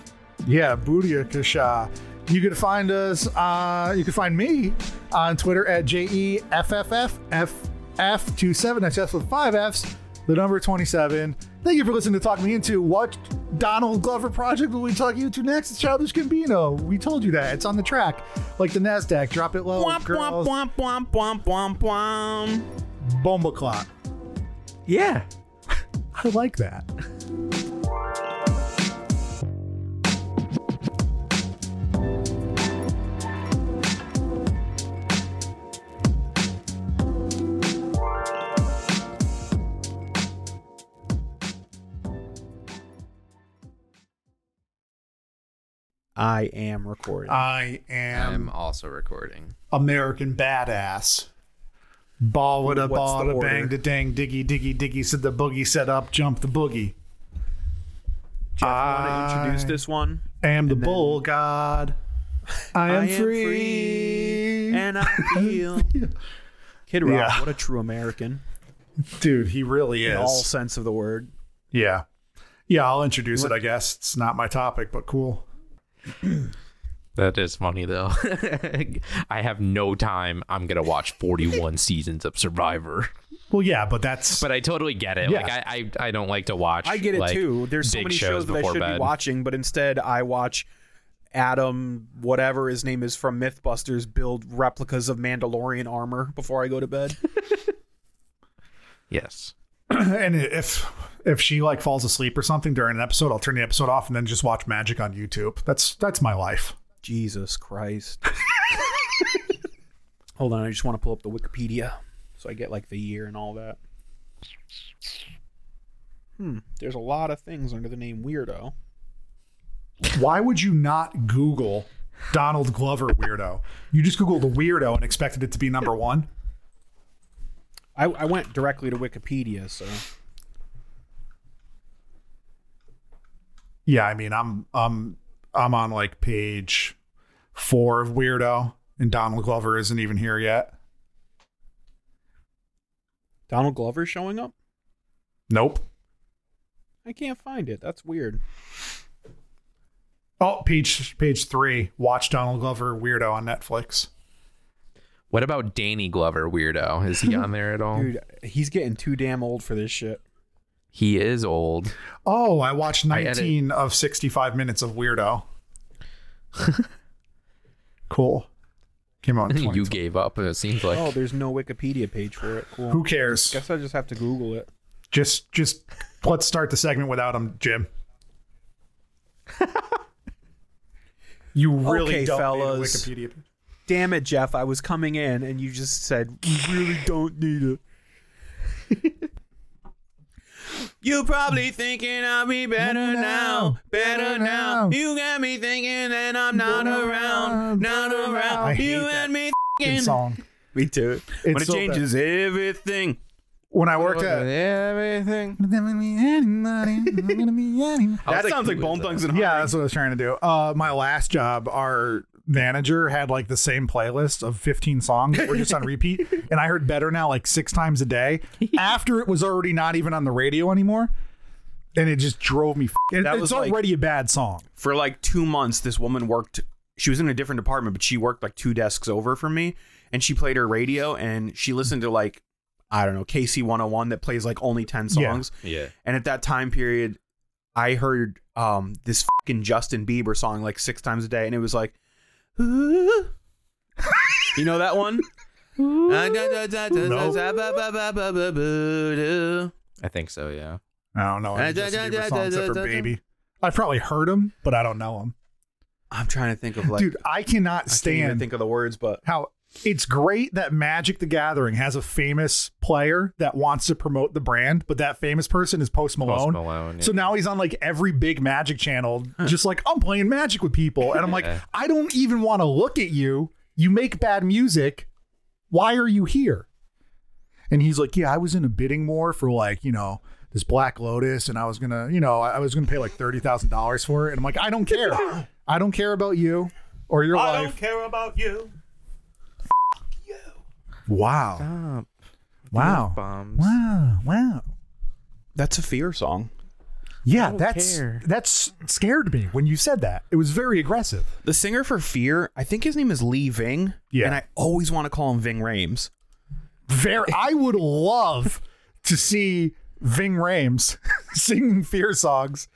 Speaker 5: yeah, Boodia Kasha. You can find us uh you can find me on Twitter at J E F F F F F two seven. That's just with five F's, the number twenty-seven. Thank you for listening to Talk Me Into. What Donald Glover project will we talk you to next? It's Childish Gambino. We told you that. It's on the track. Like the Nasdaq. Drop it low.
Speaker 1: Womp, womp,
Speaker 5: girls.
Speaker 1: womp, womp, womp, womp, womp.
Speaker 5: Bomba clock.
Speaker 7: yeah.
Speaker 5: [laughs] I like that.
Speaker 1: I am recording.
Speaker 5: I am
Speaker 3: also recording.
Speaker 5: American badass. Ball with a
Speaker 1: What's
Speaker 5: ball,
Speaker 1: the
Speaker 5: da bang,
Speaker 1: order?
Speaker 5: da dang, diggy, diggy, diggy. Said the boogie, set up, jump the boogie.
Speaker 1: want to introduce this one?
Speaker 5: I am the bull god. I am,
Speaker 1: I am
Speaker 5: free.
Speaker 1: free. And I feel. Kid Rock,
Speaker 5: Yeah.
Speaker 1: what a true American
Speaker 5: Dude, he really
Speaker 1: in all
Speaker 5: is.
Speaker 1: sense of the word.
Speaker 5: Yeah. Yeah, I'll introduce it, I guess. It's not my topic, but cool.
Speaker 3: That is funny though. [laughs] I have no time. I'm gonna watch
Speaker 1: [laughs]
Speaker 3: 41 seasons of Survivor.
Speaker 5: Well, yeah, but that's. [clears throat]
Speaker 3: But I totally get it. Like
Speaker 5: Yes.
Speaker 3: I, I, I don't like to watch.
Speaker 1: I get it
Speaker 3: like,
Speaker 1: too. There's so
Speaker 3: big
Speaker 1: many shows, that I
Speaker 3: before
Speaker 1: should
Speaker 3: bed.
Speaker 1: be watching, but instead I watch Adam, whatever his name is from MythBusters, build replicas of Mandalorian armor before I go to bed.
Speaker 3: Yes.
Speaker 5: and if if she like falls asleep or something during an episode, I'll turn the episode off and then just watch magic on YouTube. That's that's my life.
Speaker 1: Jesus Christ! [laughs] Hold on, I just want to pull up the Wikipedia so I get like the year and all that. Hmm, there's a lot of things under the name Weirdo.
Speaker 5: why would you not Google Donald Glover weirdo? You just Googled weirdo and expected it to be number one.
Speaker 1: I, I went directly to Wikipedia, so
Speaker 5: Yeah, I mean, I'm I'm I'm on like page four of weirdo, and Donald Glover isn't even here yet.
Speaker 1: Donald Glover's showing up.
Speaker 5: Nope.
Speaker 1: I can't find it. That's weird.
Speaker 5: Oh, page page three. Watch Donald Glover Weirdo on Netflix.
Speaker 3: What about Danny Glover, weirdo? Is he on there at all?
Speaker 6: Dude, he's getting too damn old for this shit.
Speaker 3: He is old. [laughs]
Speaker 5: Oh, I watched
Speaker 3: edit-
Speaker 5: 19 of 65 minutes of
Speaker 3: [laughs]
Speaker 5: Weirdo. cool. Came out. in
Speaker 3: [laughs] you
Speaker 5: 2020.
Speaker 3: gave up. It seems like.
Speaker 6: Oh, there's no Wikipedia page for it. Cool.
Speaker 5: Who cares?
Speaker 6: Guess I just have to Google it.
Speaker 5: Just just let's start the segment without him, Jim. [laughs] you really
Speaker 6: Okay,
Speaker 5: don't need a
Speaker 6: fellas.
Speaker 5: Wikipedia. page.
Speaker 6: Damn it, Jeff! I was coming in, and you just said we
Speaker 1: [laughs]
Speaker 6: really don't need it.
Speaker 1: You probably thinking I'll be better now, better now. You got me thinking that I'm not around, not
Speaker 5: I
Speaker 1: around.
Speaker 5: hate
Speaker 1: You
Speaker 5: that
Speaker 1: and me
Speaker 5: Good
Speaker 1: thinking.
Speaker 5: song.
Speaker 1: Me too.
Speaker 5: It's
Speaker 1: When it
Speaker 5: so
Speaker 1: changes everything.
Speaker 5: When I worked [laughs] at
Speaker 7: Everything.
Speaker 3: I was
Speaker 1: That sounds
Speaker 3: who
Speaker 1: like
Speaker 3: is
Speaker 1: Bone
Speaker 3: that?
Speaker 1: Thugs and
Speaker 5: Yeah, that's what I was trying to do. Uh, my last job, our manager had like the same playlist of 15 songs that were just [laughs] on repeat, and I heard "Better Now" like six times a [laughs] day after it was already not even on the radio anymore, and it just drove me. F- it,
Speaker 1: That
Speaker 5: it's
Speaker 1: was, like-
Speaker 5: already a bad song.
Speaker 1: for like two months this woman worked she was in a different department but she worked like two desks over from me and she played her radio and she listened to like i don't know kc 101 that plays like only 10
Speaker 5: Yeah.
Speaker 1: songs
Speaker 3: Yeah.
Speaker 1: and at that time period i heard um this fucking justin bieber song like six times a day and it was like "Ooh." [laughs] you know that one
Speaker 3: I think so. Yeah.
Speaker 5: I don't
Speaker 1: Eh,
Speaker 5: know any Justin Bieber songs except for "Baby." I've probably heard them, but I don't know them.
Speaker 1: i'm trying to think of like
Speaker 5: Dude, I
Speaker 1: i
Speaker 5: cannot
Speaker 1: can't even
Speaker 5: stand
Speaker 1: think of the words but
Speaker 5: how it's great that Magic the Gathering has a famous player that wants to promote the brand, but that famous person is Post Malone.
Speaker 3: Post Malone,
Speaker 5: So
Speaker 3: yeah.
Speaker 5: now he's on like every big Magic channel, just like I'm playing Magic with people, and I'm like,
Speaker 3: Yeah.
Speaker 5: I don't even want to look at you. You make bad music. Why are you here? And he's like, Yeah, I was in a bidding war for like you know this Black Lotus, and I was gonna you know I I was gonna pay like thirty thousand dollars for it, and I'm like, I don't care. I don't care about you or your life.
Speaker 1: care about you
Speaker 5: Wow.
Speaker 7: Stop.
Speaker 5: Wow.
Speaker 7: Bombs.
Speaker 5: Wow. Wow.
Speaker 1: that's a fear song
Speaker 5: Yeah,
Speaker 7: don't
Speaker 5: that's
Speaker 7: care.
Speaker 5: that's scared me when you said that. It was very aggressive.
Speaker 1: The singer for Fear, I think his name is Lee Ving.
Speaker 5: Yeah.
Speaker 1: And I always want to call him Ving Rames.
Speaker 5: Very I would love to see Ving Rames [laughs] singing fear songs.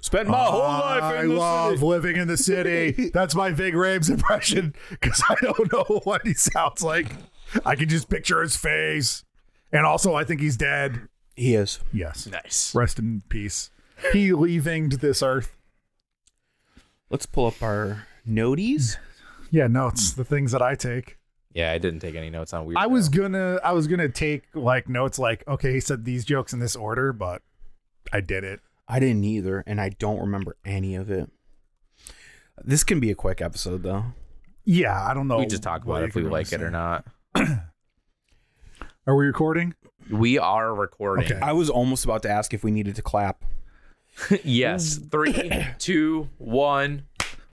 Speaker 1: Spent my whole life
Speaker 5: I
Speaker 1: in the
Speaker 5: love
Speaker 1: city.
Speaker 5: living in
Speaker 1: [laughs]
Speaker 5: the city. That's my Ving Rames impression because I don't know what he sounds like. I can just picture his face. And also I think he's dead.
Speaker 1: He is.
Speaker 5: Yes.
Speaker 1: Nice.
Speaker 5: Rest in peace. He leaving this earth.
Speaker 1: Let's pull up our noties.
Speaker 5: Yeah, no, it's the things that I take.
Speaker 3: Yeah, I didn't take any notes on weird.
Speaker 5: I was gonna I was gonna take like notes like okay he said these jokes in this order but I did it.
Speaker 1: [sighs] I didn't either, and I don't remember any of it. This can be a quick episode, though.
Speaker 5: Yeah, I don't know.
Speaker 3: We just talk
Speaker 5: what
Speaker 3: about
Speaker 5: you
Speaker 3: if we
Speaker 5: can really
Speaker 3: like it
Speaker 5: say.
Speaker 3: or not.
Speaker 5: Are we recording?
Speaker 3: We are recording. [laughs]
Speaker 5: Okay.
Speaker 1: I was almost about to ask if we needed to clap.
Speaker 5: [coughs]
Speaker 3: yes. Three, two, one.